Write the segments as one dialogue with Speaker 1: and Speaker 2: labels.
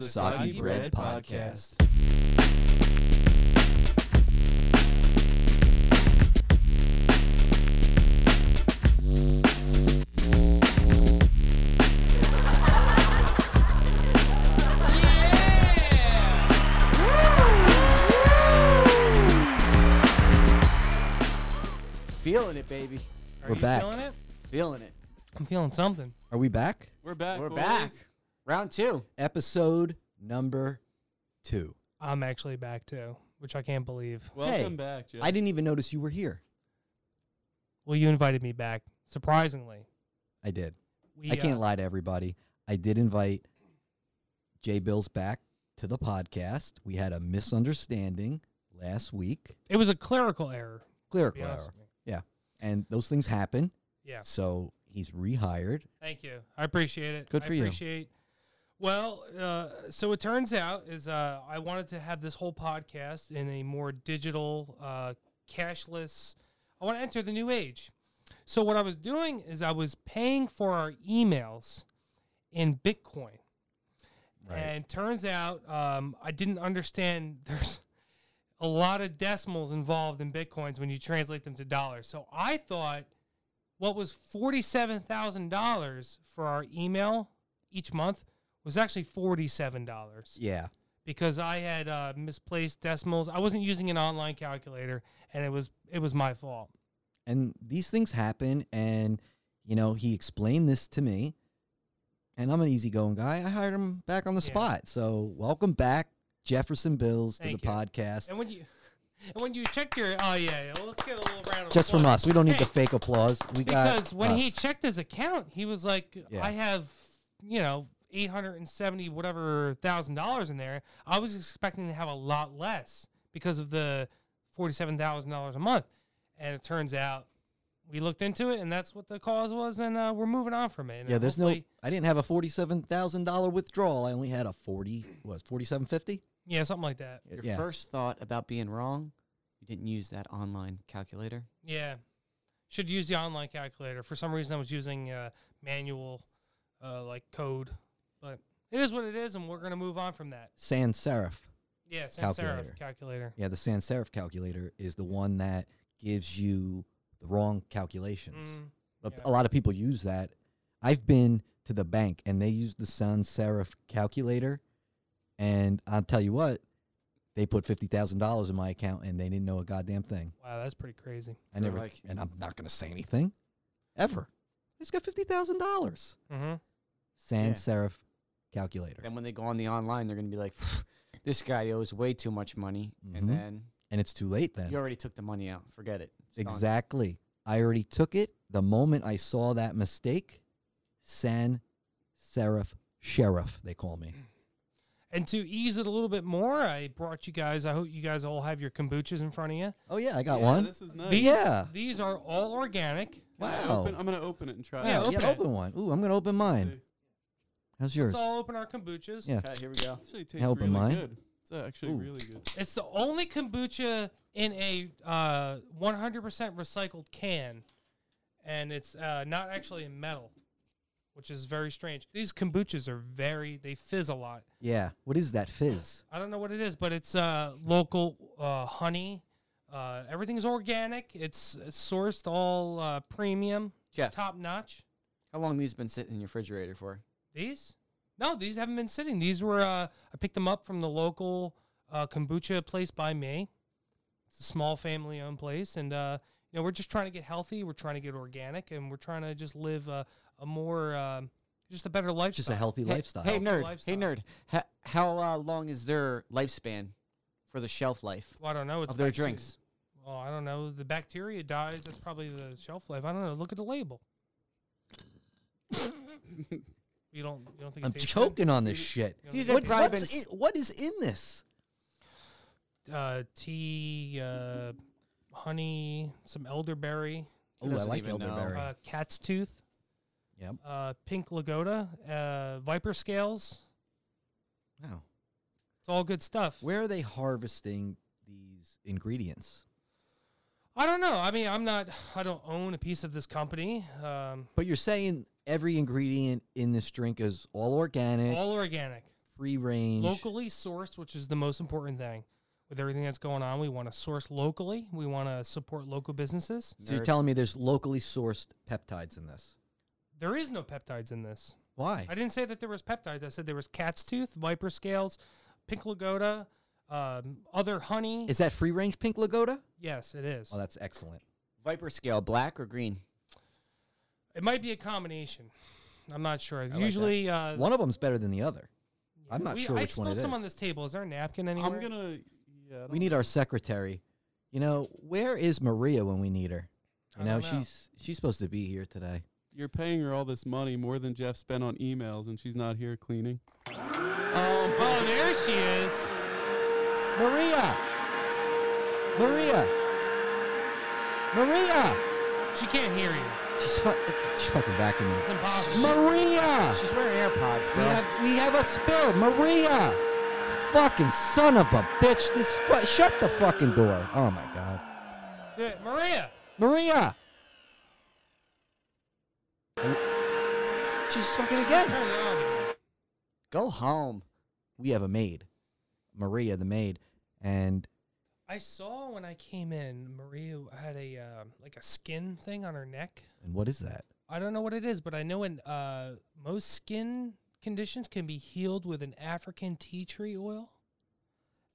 Speaker 1: The Soggy Bread Podcast.
Speaker 2: Feeling it, baby.
Speaker 3: Are
Speaker 1: We're
Speaker 3: you
Speaker 1: back.
Speaker 3: feeling it?
Speaker 2: Feeling it.
Speaker 3: I'm feeling something.
Speaker 1: Are we back?
Speaker 4: We're back.
Speaker 2: We're
Speaker 4: boys.
Speaker 2: back. Round two.
Speaker 1: Episode number two.
Speaker 3: I'm actually back too, which I can't believe.
Speaker 4: Welcome
Speaker 1: Hey,
Speaker 4: back, Jeff.
Speaker 1: I didn't even notice you were here.
Speaker 3: Well, you invited me back, surprisingly.
Speaker 1: I did.
Speaker 3: We,
Speaker 1: I can't
Speaker 3: uh,
Speaker 1: lie to everybody. I did invite Jay Bills back to the podcast. We had a misunderstanding last week.
Speaker 3: It was a clerical error. to be
Speaker 1: Clerical
Speaker 3: honest
Speaker 1: error.
Speaker 3: with me.
Speaker 1: And those things happen.
Speaker 3: Yeah.
Speaker 1: So he's rehired.
Speaker 3: Thank you. I appreciate it.
Speaker 1: Good for
Speaker 3: I
Speaker 1: you.
Speaker 3: Appreciate. Well, uh, so it turns out is uh, I wanted to have this whole podcast in a more digital, uh, cashless. I want to enter the new age. So what I was doing is I was paying for our emails in Bitcoin. And turns out um, I didn't understand there's a lot of decimals involved in bitcoins when you translate them to dollars. So I thought what was $47,000 for our email each month was actually $47
Speaker 1: Yeah.
Speaker 3: because I had uh, misplaced decimals. I wasn't using an online calculator and it was it was my fault.
Speaker 1: And these things happen. And, you know, he explained this to me. And I'm an easygoing guy. I hired him back on the
Speaker 3: Yeah.
Speaker 1: spot. So welcome back, Jefferson Bills, to
Speaker 3: Thank
Speaker 1: the
Speaker 3: you.
Speaker 1: podcast.
Speaker 3: And when you and when you checked your oh yeah, yeah well, let's get a little round of
Speaker 1: Just from
Speaker 3: applause.
Speaker 1: us. We don't need
Speaker 3: Hey,
Speaker 1: the fake applause. We got
Speaker 3: because when he
Speaker 1: us.
Speaker 3: checked his account, he was like,
Speaker 1: Yeah.
Speaker 3: "I have, you know, eight hundred and seventy whatever thousand dollars in there. I was expecting to have a lot less because of the forty-seven thousand dollars a month." And it turns out we looked into it, and that's what the cause was, and uh, we're moving on from it. And
Speaker 1: Yeah, there's no.
Speaker 3: hopefully-
Speaker 1: I didn't have a forty-seven thousand dollar withdrawal. I only had a forty. What was forty-seven fifty?
Speaker 3: yeah, something like that.
Speaker 4: Your
Speaker 1: Yeah.
Speaker 4: first thought about being wrong, you didn't use that online calculator.
Speaker 3: Yeah, should use the online calculator. For some reason, I was using uh, manual, uh, like code, but it is what it is, and we're gonna move on from that.
Speaker 1: Sans serif.
Speaker 3: Yeah, sans
Speaker 1: Calculator.
Speaker 3: serif calculator.
Speaker 1: Yeah, the sans serif calculator is the one that gives you the wrong calculations.
Speaker 3: Mm.
Speaker 1: A-
Speaker 3: yeah.
Speaker 1: A lot of people use that. I've been to the bank and they use the sans serif calculator, and I'll tell you what, they put fifty thousand dollars in my account and they didn't know a goddamn thing.
Speaker 3: Wow, that's pretty crazy.
Speaker 1: I
Speaker 4: They're
Speaker 1: never,
Speaker 4: like-
Speaker 1: and I'm not gonna say anything, ever. I just got fifty thousand dollars.
Speaker 3: Mm-hmm.
Speaker 1: Sans serif calculator.
Speaker 4: Then when they go on the online, they're going to be like, this guy owes way too much money.
Speaker 1: Mhm.
Speaker 4: And then
Speaker 1: and it's too late then.
Speaker 4: you already took the money out. Forget it. It's done.
Speaker 1: exactly. I already took it the moment I saw that mistake. San Serif Sheriff, they call me.
Speaker 3: And to ease it a little bit more, I brought you guys. I hope you guys all have your kombuchas in front of you.
Speaker 1: Oh yeah, I got one.
Speaker 5: This is nice.
Speaker 3: These,
Speaker 1: Yeah.
Speaker 3: these are all organic.
Speaker 1: wow.
Speaker 5: Open- I'm gonna open it and try.
Speaker 1: yeah,
Speaker 3: Yeah,
Speaker 5: it.
Speaker 1: yeah,
Speaker 3: open it.
Speaker 1: open one. Ooh, I'm gonna open mine. How's yours?
Speaker 3: Let's all open our kombuchas.
Speaker 1: Yeah.
Speaker 4: Okay, here we go.
Speaker 5: Actually, it tastes
Speaker 1: Help
Speaker 5: really
Speaker 1: in mine.
Speaker 5: good. It's actually
Speaker 1: Ooh.
Speaker 5: really good.
Speaker 3: It's the only kombucha in a uh, 100% recycled can, and it's uh, not actually in metal, which is very strange. These kombuchas are very they fizz a lot.
Speaker 1: Yeah. What is that fizz?
Speaker 3: I don't know what it is, but it's uh, local uh, honey. Uh, everything's organic. It's, it's sourced all uh, premium,
Speaker 4: Jeff,
Speaker 3: top notch.
Speaker 4: how long these been sitting in your refrigerator for?
Speaker 3: These? No, these haven't been sitting. These were uh, I picked them up from the local uh, kombucha place by me. It's a small family-owned place, and uh, you know we're just trying to get healthy. We're trying to get organic, and we're trying to just live a, a more um, just a better lifestyle.
Speaker 1: Just a healthy
Speaker 4: Hey-
Speaker 1: lifestyle.
Speaker 4: Hey, nerd.
Speaker 3: Lifestyle.
Speaker 4: Hey, nerd. How, how uh, long is their lifespan for the shelf life
Speaker 3: Well, I don't know. It's
Speaker 4: of their
Speaker 3: bacteria-
Speaker 4: drinks?
Speaker 3: Oh, I don't know. The bacteria dies. That's probably the shelf life. I don't know. Look at the label. you don't. You don't think it
Speaker 1: I'm
Speaker 3: tastes
Speaker 1: choking on this shit.
Speaker 3: Good? You
Speaker 4: These
Speaker 3: don't
Speaker 4: are
Speaker 1: What,
Speaker 3: think-
Speaker 4: probably
Speaker 1: what's
Speaker 4: been
Speaker 1: in, what is in this?
Speaker 3: uh, tea, uh, honey, some elderberry,
Speaker 1: Oh, I
Speaker 4: doesn't
Speaker 1: like
Speaker 4: even know.
Speaker 1: elderberry.
Speaker 3: uh, cat's tooth,
Speaker 1: yep.
Speaker 3: uh, pink Lagoda, uh, viper scales.
Speaker 1: Wow.
Speaker 3: It's all good stuff.
Speaker 1: Where are they harvesting these ingredients?
Speaker 3: I don't know. I mean, I'm not. I don't own a piece of this company. Um,
Speaker 1: But you're saying every ingredient in this drink is all organic,
Speaker 3: all organic.
Speaker 1: free range.
Speaker 3: locally sourced, which is the most important thing. With everything that's going on, we want to source locally. We want to support local businesses.
Speaker 1: So you're
Speaker 4: Nerd.
Speaker 1: telling me there's locally sourced peptides in this?
Speaker 3: There is no peptides in this.
Speaker 1: Why?
Speaker 3: I didn't say that there was peptides. I said there was cat's tooth, viper scales, pink lagoda, um, other honey.
Speaker 1: Is that free range pink Lagoda?
Speaker 3: yes, it is.
Speaker 1: Oh, that's excellent.
Speaker 4: Viper scale, black or green?
Speaker 3: it might be a combination. I'm not sure.
Speaker 4: that.
Speaker 3: Usually, uh,
Speaker 1: One of them's better than the other. I'm not
Speaker 3: we-
Speaker 1: sure
Speaker 3: I
Speaker 1: which one
Speaker 3: spilled
Speaker 1: it
Speaker 3: some
Speaker 1: is.
Speaker 3: on this table. Is there a napkin anywhere?
Speaker 5: I'm gonna. Yeah, I
Speaker 1: We
Speaker 5: don't-
Speaker 1: need our secretary. You know, where is Maria when we need her?
Speaker 3: I
Speaker 1: You know,
Speaker 3: don't know.
Speaker 1: she's she's supposed to be here today.
Speaker 5: You're paying her all this money more than Jeff spent on emails, and she's not here cleaning.
Speaker 4: Oh, oh, there she is.
Speaker 1: Maria! Maria! Maria!
Speaker 3: She can't hear you.
Speaker 1: She's, fu- she's fucking vacuuming.
Speaker 3: It's impossible.
Speaker 1: Maria!
Speaker 4: She's wearing AirPods,
Speaker 1: We
Speaker 4: bro.
Speaker 1: have, we have a spill. Maria! Fucking son of a bitch. This fu- Shut the fucking door. Oh my god.
Speaker 3: Do it. Maria.
Speaker 1: Maria! She's fucking again.
Speaker 3: Turn it on again.
Speaker 4: Go home.
Speaker 1: we have a maid, Maria the maid, and
Speaker 3: I saw when I came in, Maria had a uh, like a skin thing on her neck.
Speaker 1: and what is that?
Speaker 3: I don't know what it is, but I know in uh, most skin conditions can be healed with an African tea tree oil.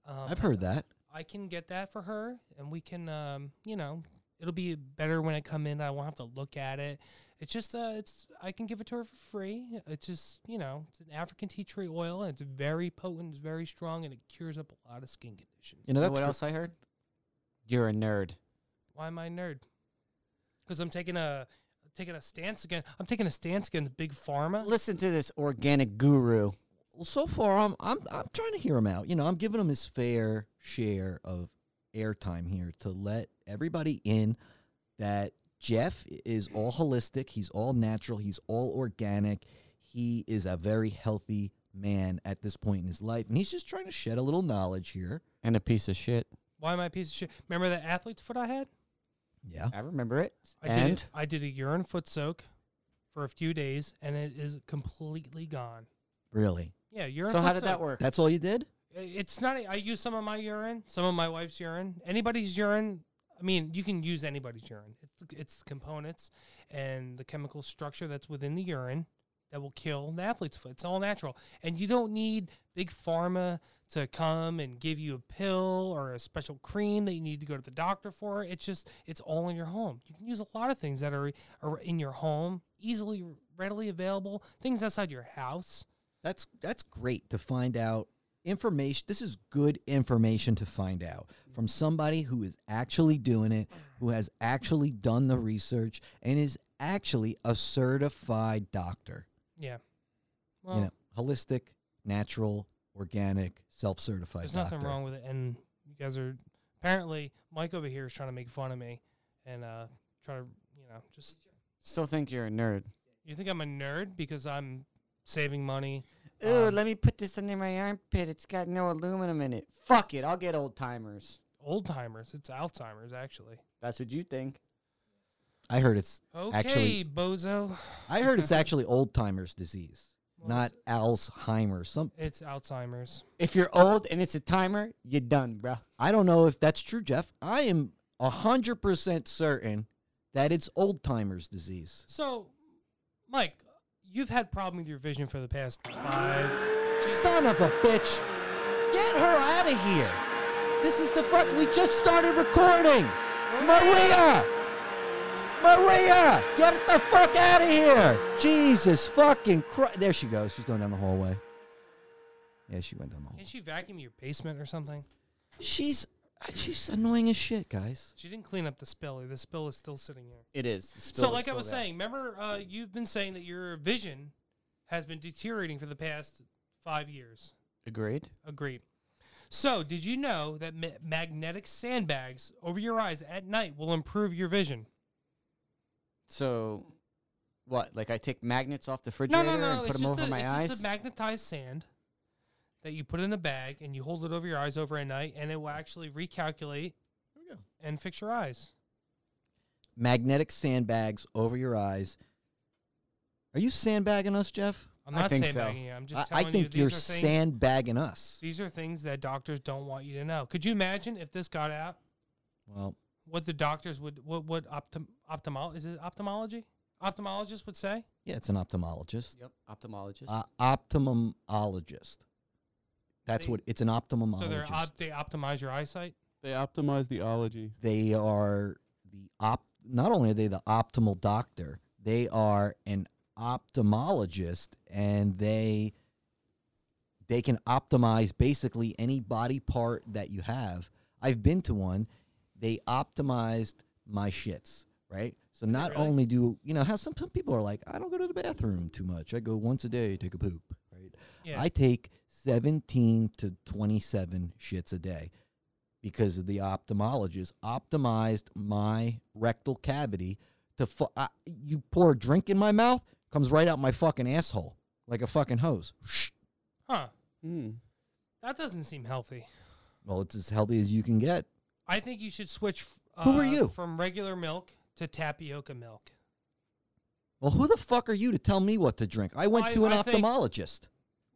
Speaker 3: Um,
Speaker 1: I've heard that.
Speaker 3: I can get that for her, and we can, um, you know, it'll be better when I come in. I won't have to look at it. It's just, uh, it's I can give it to her for free. It's just, you know, it's an African tea tree oil, and it's very potent, it's very strong, and it cures up a lot of skin conditions.
Speaker 1: You know
Speaker 4: You know
Speaker 1: that's
Speaker 4: what
Speaker 1: gr-
Speaker 4: else I heard? You're a nerd.
Speaker 3: Why am I a nerd? Because I'm taking a taking a stance again. I'm taking a stance against big pharma.
Speaker 4: Listen to this organic guru.
Speaker 1: Well, so far I'm I'm I'm trying to hear him out. You know, I'm giving him his fair share of airtime here to let everybody in that Jeff is all holistic, he's all natural, he's all organic. He is a very healthy man at this point in his life, and he's just trying to shed a little knowledge here.
Speaker 4: And a piece of shit.
Speaker 3: Why am I a piece of shit? Remember that athlete's foot I had?
Speaker 1: Yeah.
Speaker 4: I remember it.
Speaker 3: I did
Speaker 4: and
Speaker 3: it- I did a urine foot soak for a few days, and it is completely gone.
Speaker 1: Really?
Speaker 3: Yeah, urine.
Speaker 4: so
Speaker 3: foot
Speaker 4: how did
Speaker 3: soak.
Speaker 4: that work?
Speaker 1: That's all you did?
Speaker 3: I- It's not. I use some of my urine, some of my wife's urine, anybody's urine. I mean, you can use anybody's urine. It's the, it's the components and the chemical structure that's within the urine that will kill an athlete's foot. It's all natural, and you don't need big pharma to come and give you a pill or a special cream that you need to go to the doctor for. It's just it's all in your home. You can use a lot of things that are, are in your home, easily readily available. Things outside your house.
Speaker 1: That's that's great to find out information. This is good information to find out from somebody who is actually doing it, who has actually done the research, and is actually a certified doctor.
Speaker 3: Yeah. Well,
Speaker 1: you know, holistic, natural, organic, self-certified.
Speaker 3: There's
Speaker 1: doctor.
Speaker 3: nothing wrong with it, and you guys are apparently Mike over here is trying to make fun of me and uh, try to you know just
Speaker 4: Still think you're a nerd.
Speaker 3: you think I'm a nerd because I'm saving money.
Speaker 4: Ooh,
Speaker 3: Um,
Speaker 4: let me put this under my armpit. It's got no aluminum in it. Fuck it. I'll get old timers.
Speaker 3: Old timers, it's Alzheimer's actually.
Speaker 4: That's what you think.
Speaker 1: I heard it's
Speaker 3: Okay,
Speaker 1: Actually-
Speaker 3: bozo.
Speaker 1: I heard it's actually old timers disease,
Speaker 3: Well,
Speaker 1: not Alzheimer's. Some
Speaker 3: It's Alzheimer's.
Speaker 4: If you're old and it's a timer, you're done, bro.
Speaker 1: I don't know if that's true, Jeff. I am hundred percent certain that it's old timers disease.
Speaker 3: So, Mike, you've had problem with your vision for the past five.
Speaker 1: Son of a bitch! Get her out of here! This is the fuck. We just started recording! Maria! Maria! Get the fuck out of here! Jesus fucking Christ. There she goes. She's going down the hallway. Yeah, she went down the
Speaker 3: Can
Speaker 1: hallway.
Speaker 3: she vacuum your basement or something?
Speaker 1: She's. She's annoying as shit, guys.
Speaker 3: She didn't clean up the spill. or The spill is still sitting here.
Speaker 4: It is.
Speaker 3: So, like I was saying, remember uh, you've been saying that your vision has been deteriorating for the past five years.
Speaker 4: Agreed.
Speaker 3: Agreed. So, did you know that ma- magnetic sandbags over your eyes at night will improve your vision?
Speaker 4: So, what? Like I take magnets off the
Speaker 3: No, no,
Speaker 4: refrigerator
Speaker 3: no.
Speaker 4: and
Speaker 3: It's,
Speaker 4: put them
Speaker 3: just,
Speaker 4: over
Speaker 3: a,
Speaker 4: my
Speaker 3: it's
Speaker 4: eyes?
Speaker 3: just a magnetized sand that you put in a bag and you hold it over your eyes over a night, and it will actually recalculate and fix your eyes.
Speaker 1: Magnetic sandbags over your eyes. Are you sandbagging us, Jeff?
Speaker 3: I'm
Speaker 4: I
Speaker 3: not
Speaker 4: think so.
Speaker 3: sandbagging you. I'm just
Speaker 1: I, I
Speaker 3: telling you
Speaker 1: think
Speaker 3: these
Speaker 1: you,
Speaker 3: are
Speaker 1: are
Speaker 3: things.
Speaker 1: sandbagging us.
Speaker 3: these are things that doctors don't want you to know. Could you imagine if this got out?
Speaker 1: Well,
Speaker 3: What the doctors would what what optom optomo is it ophthalmology ophthalmologists would say?
Speaker 1: yeah, it's an ophthalmologist,
Speaker 4: Yep. Ophthalmologist.
Speaker 1: uh, optimumologist. That's
Speaker 3: They-
Speaker 1: what it's an optimumologist.
Speaker 3: So they're op- they optimize your eyesight.
Speaker 5: They optimize the ology.
Speaker 1: they are the op. Not only are they the optimal doctor, they are an ophthalmologist, and they they can optimize basically any body part that you have. I've been to one. They optimized my shits, right? So not
Speaker 3: really?
Speaker 1: only do you know how some some people are like, I don't go to the bathroom too much. I go once a day, take a poop, right?
Speaker 3: Yeah.
Speaker 1: I take 17 to 27 shits a day because of the ophthalmologist optimized my rectal cavity to fu- I, you pour a drink in my mouth comes right out my fucking asshole like a fucking hose.
Speaker 3: huh.
Speaker 5: Hmm.
Speaker 3: That doesn't seem healthy.
Speaker 1: Well, it's as healthy as you can get.
Speaker 3: I think you should switch f- uh,
Speaker 1: Who are you?
Speaker 3: from regular milk to tapioca milk.
Speaker 1: Well, who the fuck are you to tell me what to drink? I went
Speaker 3: I-
Speaker 1: to an
Speaker 3: I think-
Speaker 1: ophthalmologist.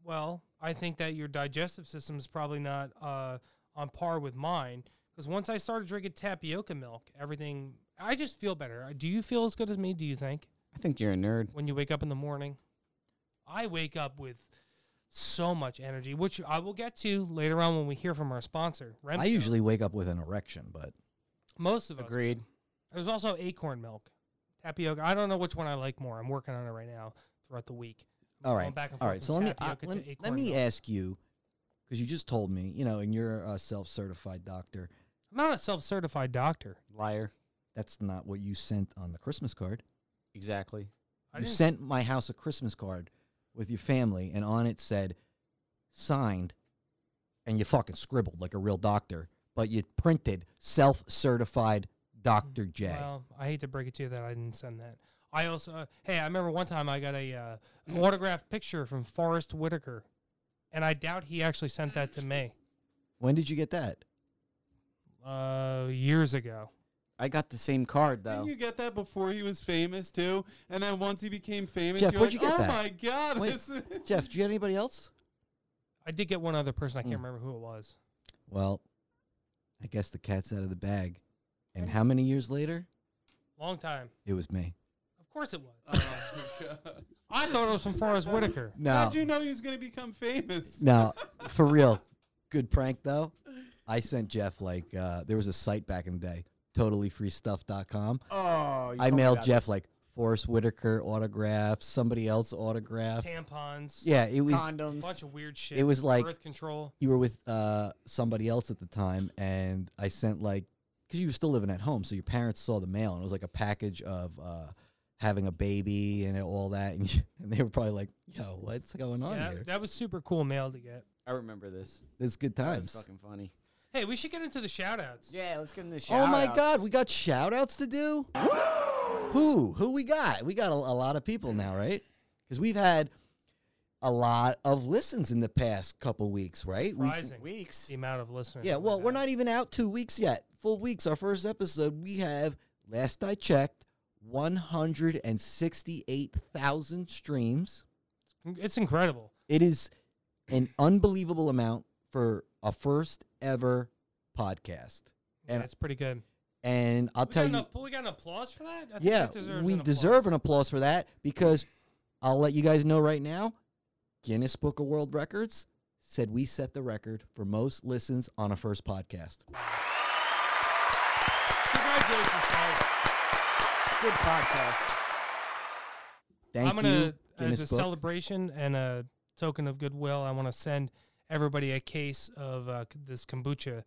Speaker 3: Well, I think that your digestive system is probably not uh, on par with mine because once I started drinking tapioca milk, everything I just feel better. Uh, Do you feel as good as me? Do you think
Speaker 4: I think you're a nerd.
Speaker 3: when you wake up in the morning? I wake up with so much energy, which I will get to later on when we hear from our sponsor. Remco.
Speaker 1: I usually wake up with an erection, but
Speaker 3: most of us.
Speaker 4: Agreed.
Speaker 3: There's also acorn milk, tapioca. I don't know which one I like more. I'm working on it right now throughout the week.
Speaker 1: all
Speaker 3: Going
Speaker 1: right,
Speaker 3: back and
Speaker 1: all
Speaker 3: forth
Speaker 1: right. So
Speaker 3: from
Speaker 1: let me uh,
Speaker 3: tapioca to
Speaker 1: let, me- let
Speaker 3: acorn
Speaker 1: me
Speaker 3: milk.
Speaker 1: ask you because you just told me, you know, and you're a self-certified doctor.
Speaker 3: I'm not a self-certified doctor.
Speaker 4: Liar.
Speaker 1: That's not what you sent on the Christmas card.
Speaker 4: Exactly.
Speaker 3: I
Speaker 1: you
Speaker 3: didn't-
Speaker 1: sent my house a Christmas card with your family, and on it said signed, and you fucking scribbled like a real doctor, but you printed self certified Dr. J.
Speaker 3: Well, I hate to break it to you that I didn't send that. I also, uh, hey, I remember one time I got a uh, an autographed picture from Forrest Whitaker, and I doubt he actually sent that to me
Speaker 1: when did you get that?
Speaker 3: uh, years ago.
Speaker 4: I got the same card though.
Speaker 5: Didn't you get that before he was famous too? And then once he became famous,
Speaker 1: Jeff,
Speaker 5: you're
Speaker 1: where'd
Speaker 5: like,
Speaker 1: you get
Speaker 5: "Oh
Speaker 1: that?
Speaker 5: my god,
Speaker 1: Wait.
Speaker 5: this is-
Speaker 1: Jeff, did you get anybody else?
Speaker 3: I did get one other person. I can't
Speaker 1: Hmm.
Speaker 3: remember who it was.
Speaker 1: Well, I guess the cat's out of the bag. And how many years later?
Speaker 3: Long time.
Speaker 1: It was me.
Speaker 3: Of course it was.
Speaker 5: Oh my god!
Speaker 3: I thought it was from Forrest Whitaker.
Speaker 1: No,
Speaker 5: How'd you know he was gonna become famous?
Speaker 1: no, for real. Good prank, though. I sent Jeff, like, uh, there was a site back in the day, totallyfreestuff.com.
Speaker 4: Oh, you
Speaker 1: I
Speaker 4: told me
Speaker 1: mailed
Speaker 4: about
Speaker 1: Jeff like Forrest Whitaker autograph, somebody else autograph.
Speaker 3: Tampons.
Speaker 1: Yeah, it was.
Speaker 4: condoms.
Speaker 3: Bunch of weird shit.
Speaker 1: It was like-
Speaker 3: birth control.
Speaker 1: You were with uh, somebody else at the time, and I sent like because you were still living at home, so your parents saw the mail, and it was like a package of uh, having a baby and all that, and, and they were probably like, "Yo, what's going on
Speaker 3: Yeah,
Speaker 1: here?
Speaker 3: that was super cool mail to get.
Speaker 4: I remember this.
Speaker 1: This is good times."
Speaker 4: That's fucking funny.
Speaker 3: Hey, we should get into the shout outs.
Speaker 4: Yeah, let's get into shout
Speaker 1: Oh my God, we got shout outs to do. Who? Who we got? We got a, a lot of people now, right? Because we've had a lot of listens in the past couple weeks, right? We-
Speaker 3: Surprising.
Speaker 4: Weeks.
Speaker 3: the amount of listeners.
Speaker 1: yeah,
Speaker 3: that we
Speaker 1: well, we're
Speaker 3: have.
Speaker 1: not even out two weeks yet. Full weeks. Our first episode, we have, last I checked, 168,000 streams.
Speaker 3: It's incredible.
Speaker 1: It is an unbelievable amount for a first ever podcast.
Speaker 3: Yeah,
Speaker 1: And-
Speaker 3: it's pretty good.
Speaker 1: And I'll
Speaker 3: we
Speaker 1: tell
Speaker 3: got
Speaker 1: you.
Speaker 3: An, app- we got an applause for that. I think
Speaker 1: yeah,
Speaker 3: that deserves
Speaker 1: we
Speaker 3: an
Speaker 1: deserve an
Speaker 3: applause.
Speaker 1: applause for that because I'll let you guys know right now Guinness Book of World Records said we set the record for most listens on a first podcast.
Speaker 3: Congratulations, guys!
Speaker 4: Good podcast.
Speaker 1: Thank
Speaker 3: I'm gonna, uh,
Speaker 1: you,
Speaker 3: as
Speaker 1: Guinness
Speaker 3: a
Speaker 1: Book.
Speaker 3: celebration and a token of goodwill, I want to send everybody a case of uh, c- this kombucha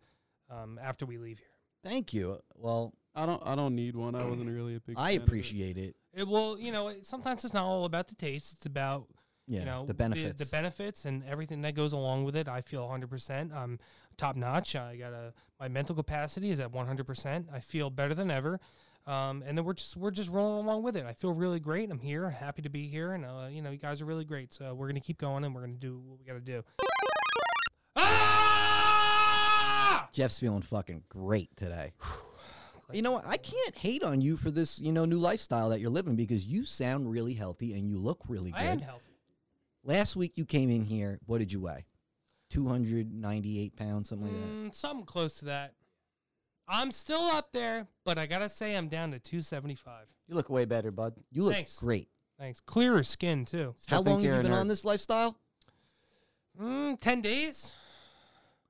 Speaker 3: um, after we leave here.
Speaker 1: Thank you. Well,
Speaker 5: I don't. I don't need one. I wasn't really a big.
Speaker 1: I
Speaker 5: fan of it.
Speaker 1: appreciate it.
Speaker 3: It will, you know, it, sometimes it's not all about the taste; it's about
Speaker 1: Yeah,
Speaker 3: you know
Speaker 1: the benefits.
Speaker 3: the, benefits and everything that goes along with it i feel 100% i'm um, top notch i got a my mental capacity is at 100% i feel better than ever um, and then we're just we're just rolling along with it i feel really great i'm here happy to be here and uh, you know you guys are really great so we're gonna keep going and we're gonna do what we gotta do ah!
Speaker 1: Jeff's feeling fucking great today. you know what? I can't hate on you for this, you know, new lifestyle that you're living because you sound really healthy and you look really good.
Speaker 3: i am healthy
Speaker 1: Last week you came in here. What did you weigh? Two hundred ninety-eight pounds, something like that.
Speaker 3: Mm, something close to that. I'm still up there, but I gotta say I'm down to 275.
Speaker 2: You look way better, bud.
Speaker 1: You look
Speaker 3: thanks.
Speaker 1: great.
Speaker 3: Thanks. Clearer skin too.
Speaker 4: Still
Speaker 1: How
Speaker 4: think
Speaker 1: long have
Speaker 4: you're
Speaker 1: you
Speaker 4: a
Speaker 1: been on
Speaker 4: nerd.
Speaker 1: this lifestyle?
Speaker 3: Mm, Ten days.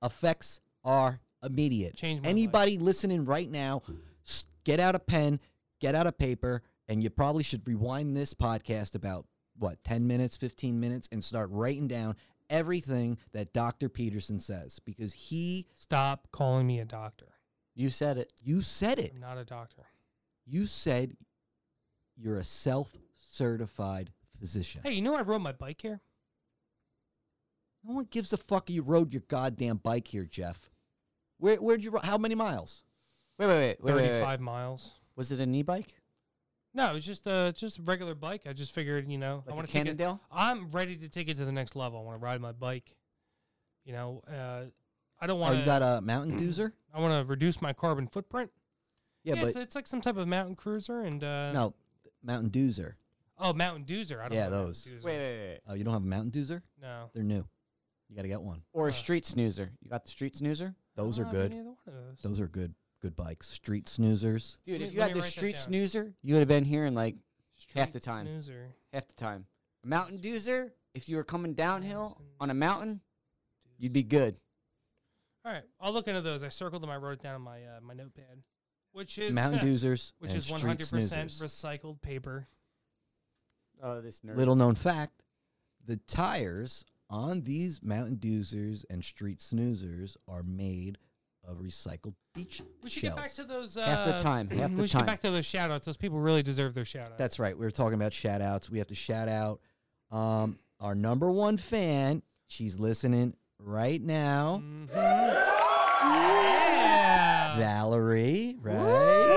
Speaker 1: Effects are immediate.
Speaker 3: Changed my life.
Speaker 1: Anybody listening right now, s- get out a pen, get out a paper, and you probably should rewind this podcast about what ten minutes, fifteen minutes, and start writing down everything that Doctor Peterson says because he,
Speaker 3: Stop calling me a doctor.
Speaker 2: You said it.
Speaker 1: you said it.
Speaker 3: I'm not a doctor.
Speaker 1: You said you're a self-certified physician.
Speaker 3: Hey, you know I rode my bike here.
Speaker 1: No one gives a fuck you rode your goddamn bike here, Jeff. Where where'd you ri- how many miles?
Speaker 4: Wait, wait, wait, wait, wait,
Speaker 3: 35
Speaker 4: wait.
Speaker 3: miles.
Speaker 4: Was it a knee bike?
Speaker 3: No, it's just a just a regular bike. I just figured, you know, I
Speaker 4: Like
Speaker 3: want
Speaker 4: a
Speaker 3: to take it.
Speaker 4: Cannondale?
Speaker 3: I'm ready to take it to the next level. I want to ride my bike. You know, uh, I don't
Speaker 1: Oh,
Speaker 3: want
Speaker 1: you
Speaker 3: to.
Speaker 1: got a mountain doozer?
Speaker 3: I want to reduce my carbon footprint.
Speaker 1: Yeah,
Speaker 3: it's,
Speaker 1: but
Speaker 3: it's like some type of mountain cruiser and uh,
Speaker 1: no, mountain doozer.
Speaker 3: Oh, Mountain Dewser. I don't
Speaker 1: Yeah,
Speaker 3: know Mountain
Speaker 1: those.
Speaker 3: Dewser.
Speaker 4: Wait, wait, wait, wait.
Speaker 1: Oh, you don't have a mountain doozer?
Speaker 3: No.
Speaker 1: They're new. You got to get one.
Speaker 4: Or
Speaker 3: Uh,
Speaker 4: a street snoozer. You got the street snoozer?
Speaker 1: Those
Speaker 3: I
Speaker 1: are
Speaker 3: don't have
Speaker 1: good.
Speaker 3: any other one of those.
Speaker 1: Those are good good bikes. Street snoozers.
Speaker 4: Dude,
Speaker 3: me-
Speaker 4: if you
Speaker 3: let
Speaker 4: had
Speaker 3: me
Speaker 4: the
Speaker 3: write that
Speaker 4: street
Speaker 3: down.
Speaker 4: snoozer, you would have been here in like half the
Speaker 3: Street
Speaker 4: time.
Speaker 3: Snoozer.
Speaker 4: half the time. A mountain doozer, if you were coming downhill on a mountain, you'd be good.
Speaker 3: All right, I'll look into those. I circled them. I wrote it down on my uh, my notepad, which is
Speaker 1: Mountain doozers
Speaker 3: which
Speaker 1: and
Speaker 3: is one
Speaker 1: street
Speaker 3: hundred percent
Speaker 1: snoozers.
Speaker 3: recycled paper.
Speaker 4: Oh, this nerd.
Speaker 1: Little known fact, the tires on these mountain doozers and street snoozers are made of recycled beach
Speaker 3: We should
Speaker 1: shells.
Speaker 3: get back to those. Uh,
Speaker 4: Half the time, half the
Speaker 3: we should
Speaker 4: time.
Speaker 3: get back to those shout outs. Those people really deserve their shout outs.
Speaker 1: That's right. We were talking about shout outs. We have to shout out um, our number one fan. She's listening right now.
Speaker 3: Mm-hmm. yeah.
Speaker 1: Valerie, right?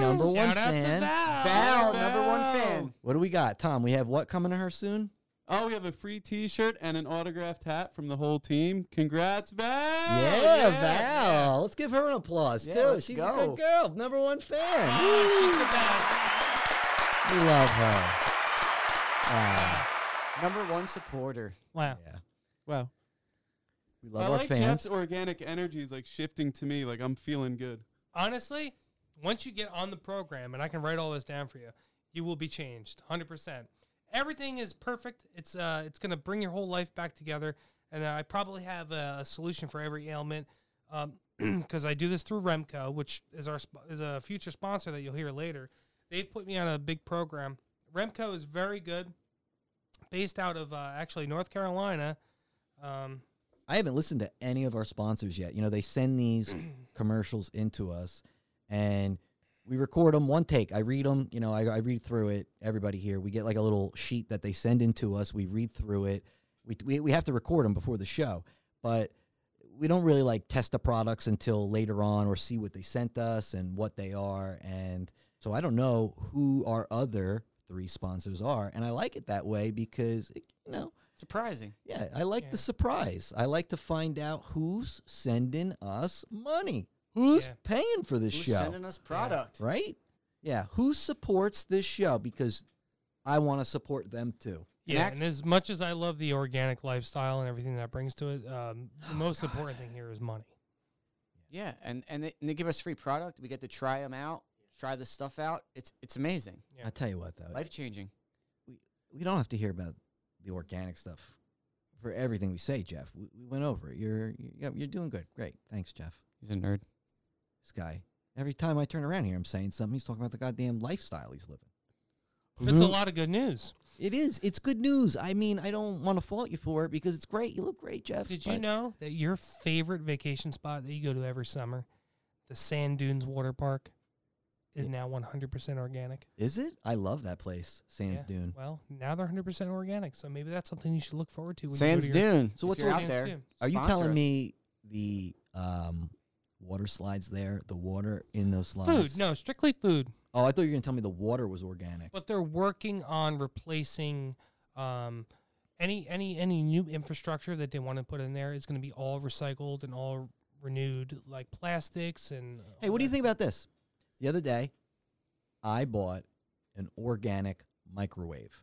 Speaker 1: Number
Speaker 3: shout
Speaker 1: one
Speaker 3: out
Speaker 1: fan.
Speaker 3: to Val.
Speaker 4: Val, number one fan.
Speaker 1: What do we got, Tom? We have what coming to her soon?
Speaker 5: Oh, we have a free T-shirt and an autographed hat from the whole team. Congrats, Val!
Speaker 3: Uh,
Speaker 1: yeah, Val. Let's give her an applause
Speaker 4: Yeah,
Speaker 1: too.
Speaker 4: let's
Speaker 1: She's a
Speaker 4: go.
Speaker 1: good girl. Number one fan.
Speaker 3: Oh, she's the best.
Speaker 1: We love her. Aw,
Speaker 4: Number one supporter.
Speaker 3: Wow.
Speaker 1: yeah.
Speaker 5: Wow.
Speaker 1: We love
Speaker 5: I
Speaker 1: our
Speaker 5: like
Speaker 1: fans.
Speaker 5: Jeff's organic energy is like shifting to me. Like I'm feeling good.
Speaker 3: honestly, once you get on the program, and I can write all this down for you, you will be changed, hundred percent. Everything is perfect. It's uh, it's gonna bring your whole life back together. And I probably have a, a solution for every ailment, because I do this through Remco, which is our sp- is a future sponsor that you'll hear later. They've put me on a big program. Remco is very good, based out of uh, actually North Carolina. Um,
Speaker 1: I haven't listened to any of our sponsors yet. You know, they send these commercials into us and we record them one take. I read them, you know, I, I read through it. Everybody here, we get like a little sheet that they send into us. We read through it. We, we, we have to record them before the show, but we don't really like test the products until later on or see what they sent us and what they are. And so I don't know who our other three sponsors are. And I like it that way because, it, you know,
Speaker 4: Surprising.
Speaker 1: yeah, I like
Speaker 3: Yeah.
Speaker 1: the surprise. I like to find out who's sending us money. Who's
Speaker 3: Yeah.
Speaker 1: paying for this
Speaker 4: Who's
Speaker 1: show?
Speaker 4: sending us product?
Speaker 1: right? Yeah, who supports this show because I want to support them too.
Speaker 3: Yeah,
Speaker 4: act-
Speaker 3: and as much as I love the organic lifestyle and everything that brings to it, um, the most important thing here is money.
Speaker 4: Yeah, and and they, and they give us free product. We get to try them out, try the stuff out. It's it's amazing,
Speaker 3: Yeah.
Speaker 1: I tell you what though.
Speaker 4: life changing.
Speaker 1: we don't have to hear about the organic stuff for everything we say, Jeff. We, we went over it. You're you're you're doing good. Great. Thanks, Jeff.
Speaker 4: He's a nerd.
Speaker 1: This guy. Every time I turn around here, I'm saying something. He's talking about the goddamn lifestyle he's living.
Speaker 3: It's a lot of good news.
Speaker 1: It is. It's good news. I mean, I don't want to fault you for it because it's great. You look great, Jeff.
Speaker 3: Did you
Speaker 1: but-
Speaker 3: know that your favorite vacation spot that you go to every summer, the Sand Dunes Water Park, is now 100% organic?
Speaker 1: Is it? I love that place, Sands
Speaker 3: Yeah.
Speaker 1: Dune.
Speaker 3: Well, now they're 100% organic, so maybe that's something you should look forward to. When
Speaker 4: Sands
Speaker 3: you go to your-
Speaker 4: Dune.
Speaker 1: So
Speaker 4: If
Speaker 1: what's
Speaker 4: you're
Speaker 1: all-
Speaker 4: out
Speaker 3: Sands
Speaker 4: there?
Speaker 3: Dune.
Speaker 1: Are you
Speaker 4: Sponsor
Speaker 1: telling
Speaker 4: us.
Speaker 1: me the um, water slides there, the water in those slides?
Speaker 3: Food, no, strictly food.
Speaker 1: Oh, I thought you were going to tell me the water was organic.
Speaker 3: But they're working on replacing um, any any any new infrastructure that they want to put in there is going to be all recycled and all renewed, like plastics and.
Speaker 1: Hey, what do you think about this? The other day, I bought an organic microwave.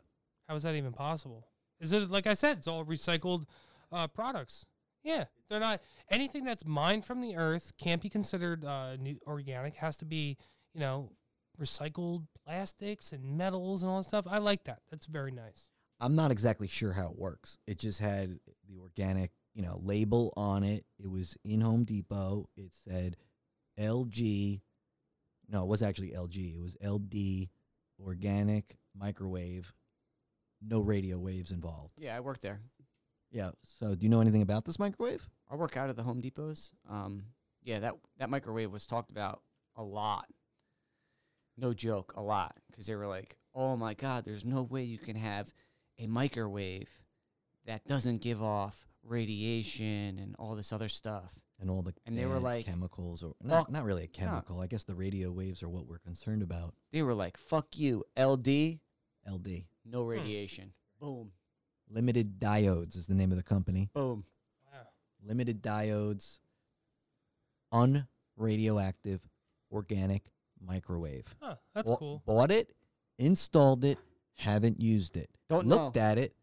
Speaker 3: all How is that even possible? Is it like I said? It's all recycled uh, products. Yeah, they're not anything that's mined from the earth can't be considered uh, new organic. Has to be you know recycled plastics and metals and all that stuff. I like that. That's very nice.
Speaker 1: I'm not exactly sure how it works. It just had the organic, you know, label on it. It was in Home Depot. It said LG. No, it was actually LG. It was LD organic microwave. No radio waves involved.
Speaker 4: Yeah, I work there.
Speaker 1: Yeah. So, do you know anything about this microwave?
Speaker 4: I work out of the Home Depots. Um, yeah, that that microwave was talked about a lot. No joke, a lot, because they were like, "Oh my God, there's no way you can have a microwave that doesn't give off radiation and all this other stuff."
Speaker 1: And all the
Speaker 4: And they were
Speaker 1: bad
Speaker 4: like, "Oh,
Speaker 1: chemicals or
Speaker 4: "Fuck,
Speaker 1: not, not really a chemical. I guess the radio waves are what we're concerned about.
Speaker 4: They were like, "Fuck you, LD,
Speaker 1: LD.
Speaker 4: no radiation." Boom,
Speaker 1: Limited Diodes is the name of the company.
Speaker 4: boom.
Speaker 1: limited diodes, unradioactive, organic microwave.
Speaker 3: Huh, that's
Speaker 1: Wa-
Speaker 3: cool.
Speaker 1: Bought it, installed it, haven't used it.
Speaker 4: Don't
Speaker 1: looked
Speaker 4: know.
Speaker 1: at it,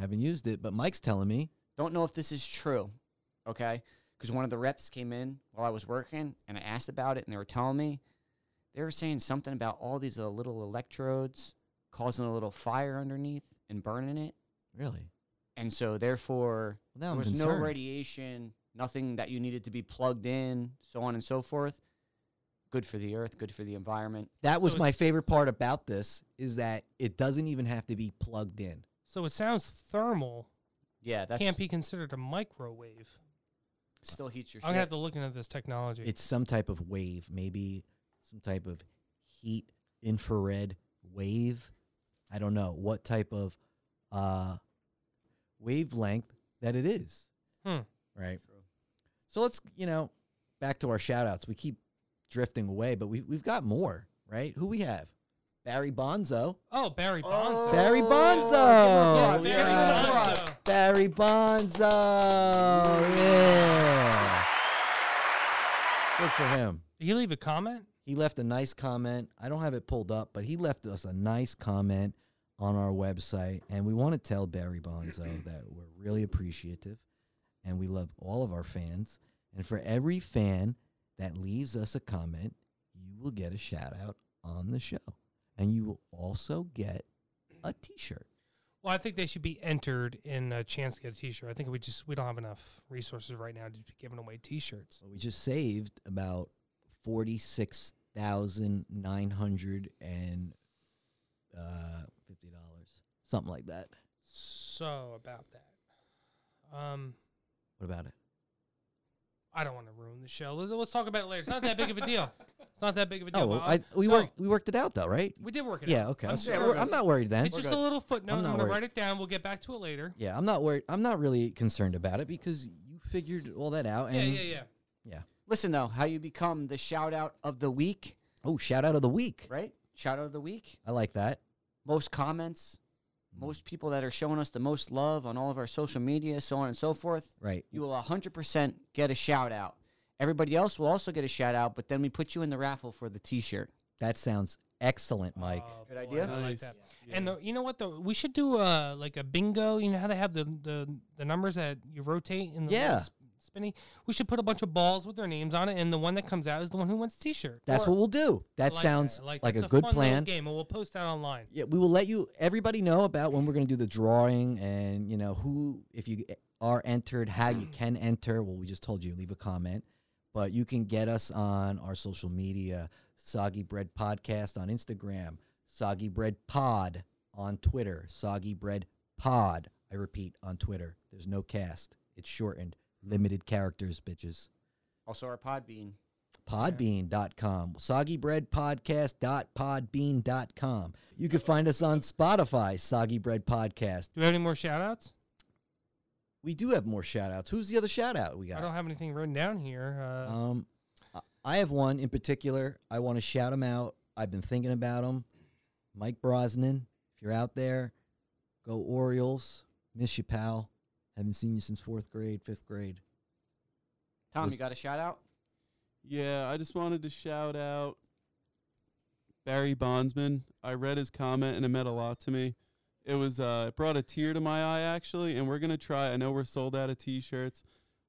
Speaker 1: haven't used it. But Mike's telling me
Speaker 4: Don't know if this is true, okay? Because one of the reps came in while I was working and I asked about it, and they were telling me they were saying something about all these uh, little electrodes causing a little fire underneath and burning it,
Speaker 1: really.
Speaker 4: and so therefore
Speaker 1: Well, now
Speaker 4: there
Speaker 1: I'm
Speaker 4: was
Speaker 1: concerned.
Speaker 4: no radiation, nothing that you needed to be plugged in, so on and so forth. Good for the earth, good for the environment.
Speaker 1: that was
Speaker 3: So
Speaker 1: my
Speaker 3: it's-
Speaker 1: favorite part about this is that it doesn't even have to be plugged in.
Speaker 3: So it sounds thermal.
Speaker 4: Yeah, that
Speaker 3: Can't be considered a microwave.
Speaker 4: still heats your
Speaker 3: I'm
Speaker 4: shit.
Speaker 3: gonna have to look into this technology.
Speaker 1: It's some type of wave, maybe some type of heat infrared wave. I don't know what type of uh, wavelength that it is.
Speaker 3: Hmm.
Speaker 1: Right. So let's, you know, back to our shout outs. We keep drifting away, but we, we've got more, right? Who we have? Barry Bonzo.
Speaker 3: Oh, Barry Bonds.
Speaker 1: Barry
Speaker 4: applause,
Speaker 1: Bonzo.
Speaker 4: Oh, give
Speaker 1: We
Speaker 4: him an
Speaker 1: got
Speaker 3: applause.
Speaker 1: Barry Bonzo. Yeah. Good for him.
Speaker 3: Did he leave a comment?
Speaker 1: He left a nice comment. I don't have it pulled up, but he left us a nice comment on our website. And we want to tell Barry Bonzo that we're really appreciative and we love all of our fans. And for every fan that leaves us a comment, you will get a shout out on the show. And you will also get a t shirt.
Speaker 3: Well, I think they should be entered in a chance to get a T-shirt. I think we just we don't have enough resources right now to be giving away T-shirts.
Speaker 1: But we just saved about forty six thousand nine hundred and uh, fifty dollars, something like that.
Speaker 3: So about that, um,
Speaker 1: What about it?
Speaker 3: I don't want to ruin the show. Let's, let's talk about it later. It's not that big of a deal. It's not that big of a deal.
Speaker 1: Oh, well,
Speaker 3: but
Speaker 1: I,
Speaker 3: I'll-
Speaker 1: we
Speaker 3: no,
Speaker 1: worked we worked it out though, right?
Speaker 3: We did work it.
Speaker 1: Yeah,
Speaker 3: out.
Speaker 1: okay.
Speaker 3: I'm,
Speaker 1: I'm,
Speaker 3: sure
Speaker 1: we're- I'm not worried then.
Speaker 3: It's just a little footnote.
Speaker 1: I'm
Speaker 3: I'm,
Speaker 1: not
Speaker 3: gonna
Speaker 1: worried.
Speaker 3: write it down. We'll get back to it later.
Speaker 1: yeah, I'm not worried. I'm not really concerned about it because you figured all that out. And
Speaker 3: Yeah, yeah, yeah.
Speaker 4: Listen though, how you become the shout out of the week,
Speaker 1: Oh, shout out of the week.
Speaker 4: right? Shout out of the week.
Speaker 1: I like that.
Speaker 4: most comments,
Speaker 3: Mm.
Speaker 4: most people that are showing us the most love on all of our social media, so on and so forth,
Speaker 1: Right.
Speaker 4: you will 100% get a shout out. Everybody else will also get a shout out, but then we put you in the raffle for the t shirt.
Speaker 1: That sounds excellent, Mike.
Speaker 3: Oh,
Speaker 4: Good
Speaker 3: boy,
Speaker 4: idea?
Speaker 3: I like
Speaker 5: Nice.
Speaker 3: that. And the, you know what? Though we should do uh like a bingo. You know how they have the the, the numbers that you rotate in the little
Speaker 1: Yeah.
Speaker 3: sp- spinny. We should put a bunch of balls with their names on it, and the one that comes out is the one who wins the T-shirt.
Speaker 1: That's what we'll do.
Speaker 3: I
Speaker 1: That
Speaker 3: like
Speaker 1: sounds
Speaker 3: I
Speaker 1: like,
Speaker 3: that. It's
Speaker 1: a good
Speaker 3: fun little
Speaker 1: plan.
Speaker 3: Game, and we'll post that online.
Speaker 1: Yeah, we will let you everybody know about when we're going to do the drawing and you know who if you are entered, how you can enter. Well, we just told you leave a comment, but you can get us on our social media, Soggy Bread Podcast on Instagram, Soggy Bread Pod on Twitter, Soggy Bread Pod. I repeat on Twitter. There's no cast. It's shortened, limited characters, bitches.
Speaker 4: Also, our Podbean.
Speaker 1: Podbean.com, soggybreadpodcast.podbean.com. You can find us on Spotify, Soggy Bread Podcast.
Speaker 3: Do we have any more shout outs?
Speaker 1: We do have more shout outs. Who's the other shout out we
Speaker 3: I
Speaker 1: got?
Speaker 3: don't have anything written down here. Uh,
Speaker 1: Um, I- I have one in particular. I want to shout him out. I've been thinking about him. Mike Brosnan, if you're out there, go Orioles. Miss you, pal. Haven't seen you since fourth grade, fifth grade.
Speaker 4: Tom,
Speaker 1: Was-
Speaker 4: you got a shout out?
Speaker 5: Yeah, I just wanted to shout out Barry Bondsman. I read his comment and it meant a lot to me. It was uh, it brought a tear to my eye actually, and we're gonna try. I know we're sold out of T-shirts.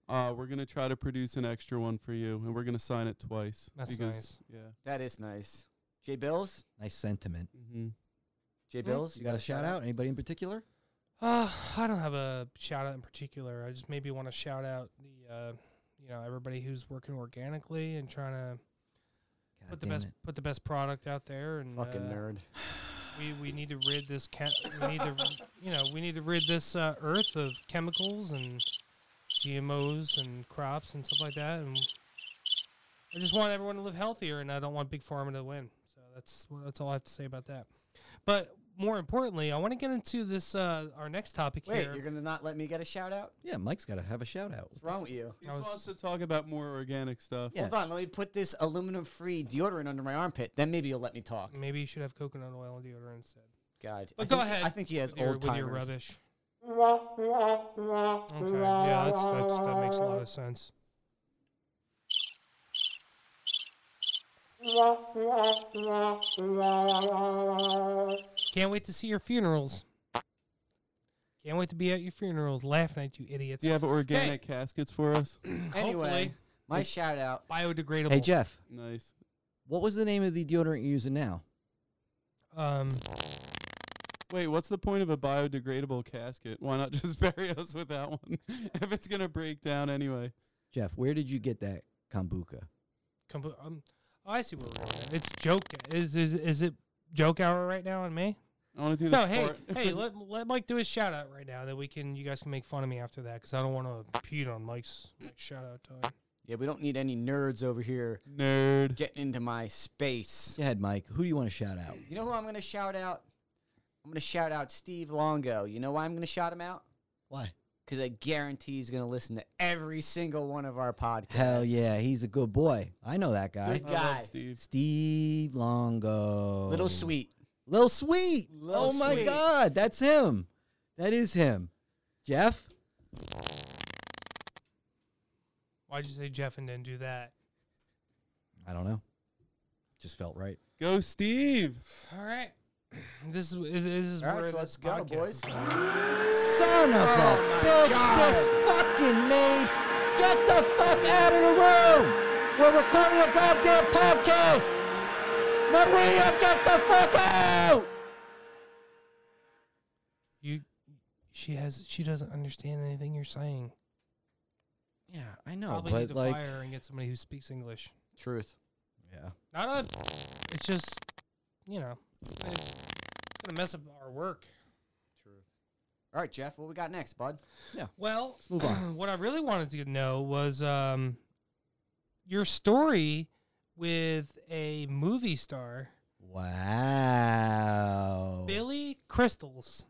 Speaker 5: Uh, we're gonna try to produce an extra one for you, and we're gonna sign it twice.
Speaker 3: That's
Speaker 5: because,
Speaker 3: nice.
Speaker 5: Yeah.
Speaker 4: That is nice. J Bills?
Speaker 1: Nice sentiment.
Speaker 5: Mm-hmm.
Speaker 4: J Bills?
Speaker 1: You got a shout out? Anybody in particular?
Speaker 3: Uh, I don't have a shout out in particular. I just maybe want to shout out the, uh, you know, everybody who's working organically and trying to
Speaker 1: God
Speaker 3: put the
Speaker 1: damn
Speaker 3: best
Speaker 1: it.
Speaker 3: put the best product out there. And
Speaker 4: Fucking
Speaker 3: uh,
Speaker 4: nerd.
Speaker 3: we we need to rid this chem- we need to you know we need to rid this uh, earth of chemicals and GMOs and crops and stuff like that. And I just want everyone to live healthier, and I don't want big pharma to win. So that's wh- that's all I have to say about that. But more importantly, I want to get into this uh, our next topic
Speaker 4: Wait,
Speaker 3: here.
Speaker 4: you're gonna not let me get a shout out?
Speaker 1: Yeah, Mike's got to have a shout out.
Speaker 4: What's wrong with you?
Speaker 5: He
Speaker 3: I was-
Speaker 5: wants to talk about more organic stuff.
Speaker 1: Yeah.
Speaker 4: Hold on, let me put this aluminum free deodorant under my armpit. Then maybe you'll let me talk.
Speaker 3: Maybe you should have coconut oil and deodorant instead.
Speaker 4: God.
Speaker 3: Mm. But
Speaker 4: I
Speaker 3: go
Speaker 4: think-
Speaker 3: ahead
Speaker 4: I think he has
Speaker 3: with your,
Speaker 4: old
Speaker 3: with your
Speaker 4: timers.
Speaker 3: rubbish. Okay, yeah, that's, that's, that makes a lot of sense. Can't wait to see your funerals. Can't wait to be at your funerals laughing at you idiots.
Speaker 5: Do you have organic caskets for us?
Speaker 4: Anyway, my shout out.
Speaker 3: Hopefully, biodegradable.
Speaker 1: Hey, Jeff,
Speaker 5: Nice.
Speaker 1: what was the name of the deodorant you're using now?
Speaker 3: Um,
Speaker 5: Wait, what's the point of a biodegradable casket? Why not just bury us with that one if it's gonna break down anyway?
Speaker 1: Jeff, where did you get that kombucha?
Speaker 3: com- um, I see what we're doing. there. It's joke. Is is is it joke hour right now on me?
Speaker 5: I want to do
Speaker 3: No,
Speaker 5: the
Speaker 3: hey,
Speaker 5: fart.
Speaker 3: hey, let, let Mike do his shout out right now. That we can, you guys can make fun of me after that because I don't want to impede on Mike's, Mike's shout out time.
Speaker 4: Yeah, we don't need any nerds over here
Speaker 5: nerd.
Speaker 4: getting into my space.
Speaker 1: Go ahead, Mike. Who do you want to shout out?
Speaker 4: You know who I'm gonna shout out? I'm gonna shout out Steve Longo. You know why I'm gonna shout him out?
Speaker 1: Why?
Speaker 4: Because I guarantee he's gonna listen to every single one of our podcasts.
Speaker 1: Hell yeah, he's a good boy. I know that guy.
Speaker 4: Good
Speaker 5: I
Speaker 4: guy.
Speaker 5: love Steve.
Speaker 1: Steve Longo.
Speaker 4: Little sweet.
Speaker 1: Little Sweet.
Speaker 4: Lil
Speaker 1: oh my
Speaker 4: Sweet.
Speaker 1: God, that's him. That is him. Jeff,
Speaker 3: Why'd you say Jeff and then do that?
Speaker 1: I don't know. Just felt right.
Speaker 5: Go Steve.
Speaker 3: All right, this is this is
Speaker 4: All right,
Speaker 3: where
Speaker 4: so
Speaker 3: this
Speaker 4: let's go,
Speaker 3: podcast
Speaker 4: boys.
Speaker 3: is going.
Speaker 1: Son of
Speaker 4: Oh
Speaker 1: a
Speaker 4: my
Speaker 1: bitch,
Speaker 4: God.
Speaker 1: this fucking maid. Get the fuck out of the room. We're recording a goddamn podcast. Maria, get the fuck out.
Speaker 3: You, she has, she doesn't understand anything you're saying.
Speaker 1: Yeah, I know,
Speaker 3: Probably need
Speaker 1: but
Speaker 3: to
Speaker 1: like,
Speaker 3: fire and get somebody who speaks English.
Speaker 4: Truth.
Speaker 1: yeah.
Speaker 3: Not a, it's just, you know, it's, it's gonna mess up our work.
Speaker 4: Truth. All right, Jeff, what we got next, bud?
Speaker 3: Well,
Speaker 1: Let's move on.
Speaker 3: what I really wanted to know was um, your story with a movie star,
Speaker 1: Wow.
Speaker 3: Billy Crystals.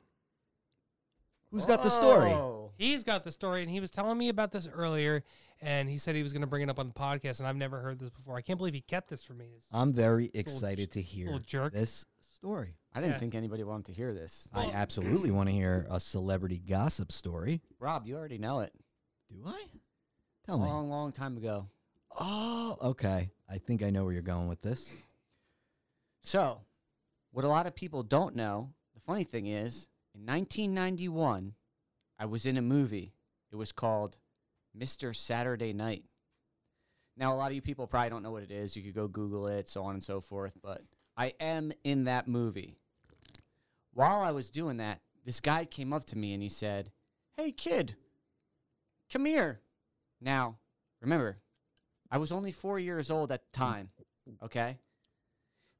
Speaker 1: Who's got the story?
Speaker 4: Oh.
Speaker 3: He's got the story, and he was telling me about this earlier, and he said he was going to bring it up on the podcast, and I've never heard this before. I can't believe he kept this from me. It's-
Speaker 1: I'm very
Speaker 3: little
Speaker 1: excited
Speaker 3: j-
Speaker 1: to
Speaker 3: this little
Speaker 1: hear
Speaker 3: jerk.
Speaker 1: this story.
Speaker 4: I didn't
Speaker 3: Yeah.
Speaker 4: think anybody wanted to hear this.
Speaker 1: I absolutely want to hear a celebrity gossip story.
Speaker 4: Rob, you already know it.
Speaker 1: Do I? Tell me.
Speaker 4: Long, long time ago.
Speaker 1: Oh, okay. I think I know where you're going with this.
Speaker 4: So, what a lot of people don't know, the funny thing is, in 1991, I was in a movie. It was called Mr. Saturday Night. Now, a lot of you people probably don't know what it is. You could go Google it, so on and so forth, but I am in that movie. While I was doing that, this guy came up to me and he said, Hey, kid, come here. Now, remember, I was only four years old at the time, okay?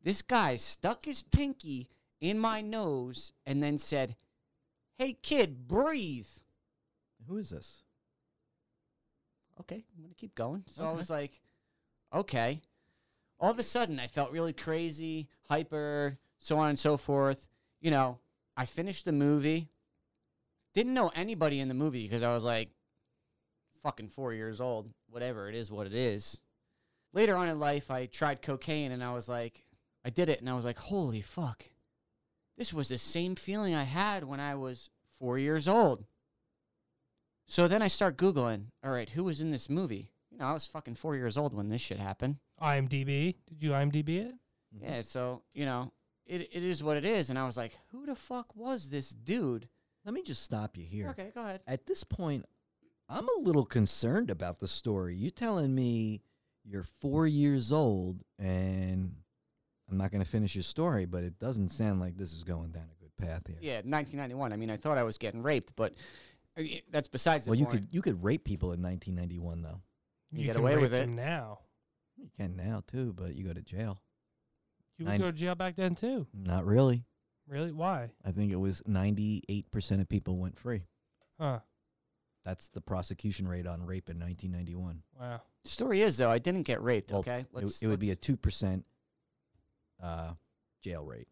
Speaker 4: this guy stuck his pinky in my nose and then said, Hey, kid, breathe.
Speaker 1: Who is this?
Speaker 4: Okay, I'm going to keep going. So I
Speaker 1: Okay.
Speaker 4: was like, Okay. All of a sudden, I felt really crazy, hyper, so on and so forth. You know, I finished the movie. Didn't know anybody in the movie because I was like, fucking four years old. Whatever, it is what it is. Later on in life, I tried cocaine and I was like, I did it and I was like, holy fuck. This was the same feeling I had when I was four years old. So then I start Googling, all right, who was in this movie? You know, I was fucking four years old when this shit happened.
Speaker 1: Mm-hmm.
Speaker 3: IMDb. Did you IMDb it?
Speaker 4: Yeah, so, you know, it, it is what it is. And I was like, who the fuck was this dude?
Speaker 1: Let me just stop you here.
Speaker 4: Okay, go ahead.
Speaker 1: At this point, I'm a little concerned about the story. You telling me you're four years old, and I'm not going to finish your story, but it doesn't sound like this is going down a good path here.
Speaker 4: Yeah, 1991. I mean, I thought I was getting raped, but uh, y- that's besides the
Speaker 1: Well, you
Speaker 4: point.
Speaker 1: could you could rape people in 1991 though.
Speaker 4: You get away with it.
Speaker 3: them now.
Speaker 1: You can now too, but you go to jail.
Speaker 3: You would
Speaker 1: Nine-
Speaker 3: go to jail back then too.
Speaker 1: Not really.
Speaker 3: Really? Why?
Speaker 1: I think it was 98 percent of people went free.
Speaker 3: Huh?
Speaker 1: That's the prosecution rate on rape in 1991.
Speaker 3: Wow.
Speaker 4: Story is though, I didn't get raped.
Speaker 1: Well,
Speaker 4: okay,
Speaker 1: It, w- it would be a
Speaker 4: let's-
Speaker 1: two percent uh, jail rate.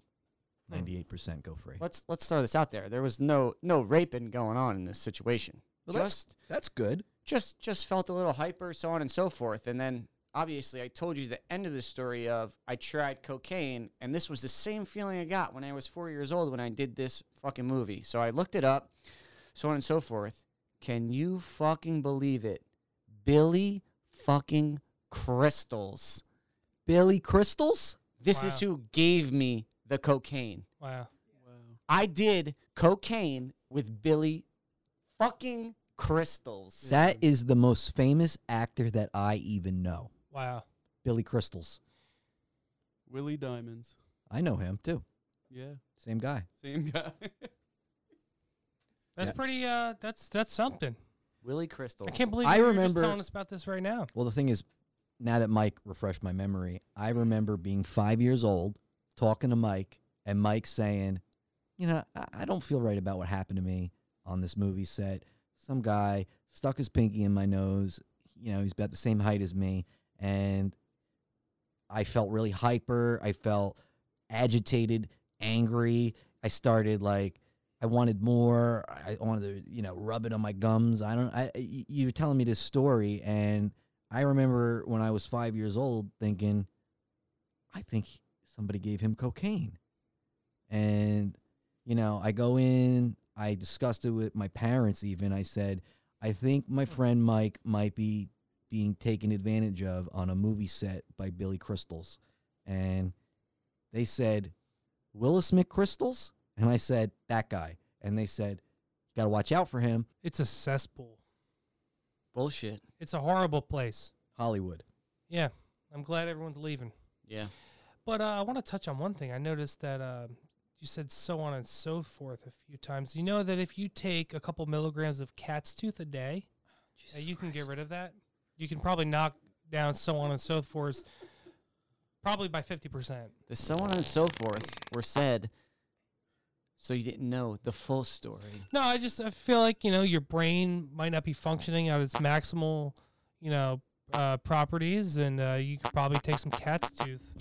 Speaker 4: Hmm.
Speaker 1: Ninety-eight percent go free.
Speaker 4: Let's let's throw this out there. There was no no raping going on in this situation.
Speaker 1: Well, that's
Speaker 4: just
Speaker 1: that's good.
Speaker 4: just just felt a little hyper, so on and so forth. And then obviously, I told you the end of the story of I tried cocaine, and this was the same feeling I got when I was four years old when I did this fucking movie. So I looked it up, so on and so forth. Can you fucking believe it? Billy fucking crystals.
Speaker 1: Billy Crystals.
Speaker 4: This
Speaker 3: Wow.
Speaker 4: is who gave me the cocaine.
Speaker 3: Wow.
Speaker 4: I did cocaine with Billy fucking crystals.
Speaker 1: That is the most famous actor that I even know.
Speaker 3: Wow.
Speaker 1: Billy Crystals.
Speaker 5: Willie Diamonds.
Speaker 1: I know him too.
Speaker 5: Yeah,
Speaker 1: Same guy.
Speaker 5: same guy.
Speaker 3: That's
Speaker 1: Yeah.
Speaker 3: pretty. Uh, that's that's something.
Speaker 4: Willie crystals.
Speaker 3: I can't believe
Speaker 1: I
Speaker 3: you're
Speaker 1: remember-
Speaker 3: just telling us about this right now.
Speaker 1: Well, the thing is, now that Mike refreshed my memory, I remember being five years old, talking to Mike, and Mike saying, You know, I, I don't feel right about what happened to me on this movie set. Some guy stuck his pinky in my nose. You know, he's about the same height as me. And I felt really hyper. I felt agitated, angry. I started like, I wanted more. I I wanted to, you know, rub it on my gums. I don't. I y- you were telling me this story, and I remember when I was five years old thinking, I think somebody gave him cocaine. And, you know, I go in, I discussed it with my parents, even. I said, I think my friend Mike might be being taken advantage of on a movie set by Billy Crystals. And they said, Willis McChrystals? And I said, that guy. And they said, got to watch out for him,
Speaker 3: It's a cesspool.
Speaker 4: Bullshit.
Speaker 3: It's a horrible place.
Speaker 1: Hollywood.
Speaker 3: Yeah. I'm glad everyone's leaving.
Speaker 4: Yeah.
Speaker 3: But uh, I want to touch on one thing. I noticed that uh, you said so on and so forth a few times. You know that if you take a couple milligrams of cat's tooth a day, uh, you can get rid of that. You can probably knock down so on and so forth, probably by fifty percent.
Speaker 4: The so on and so forth were said so you didn't know the full story.
Speaker 3: No, I just I feel like you know your brain might not be functioning at its maximal, you know, uh, properties, and uh, you could probably take some cat's tooth.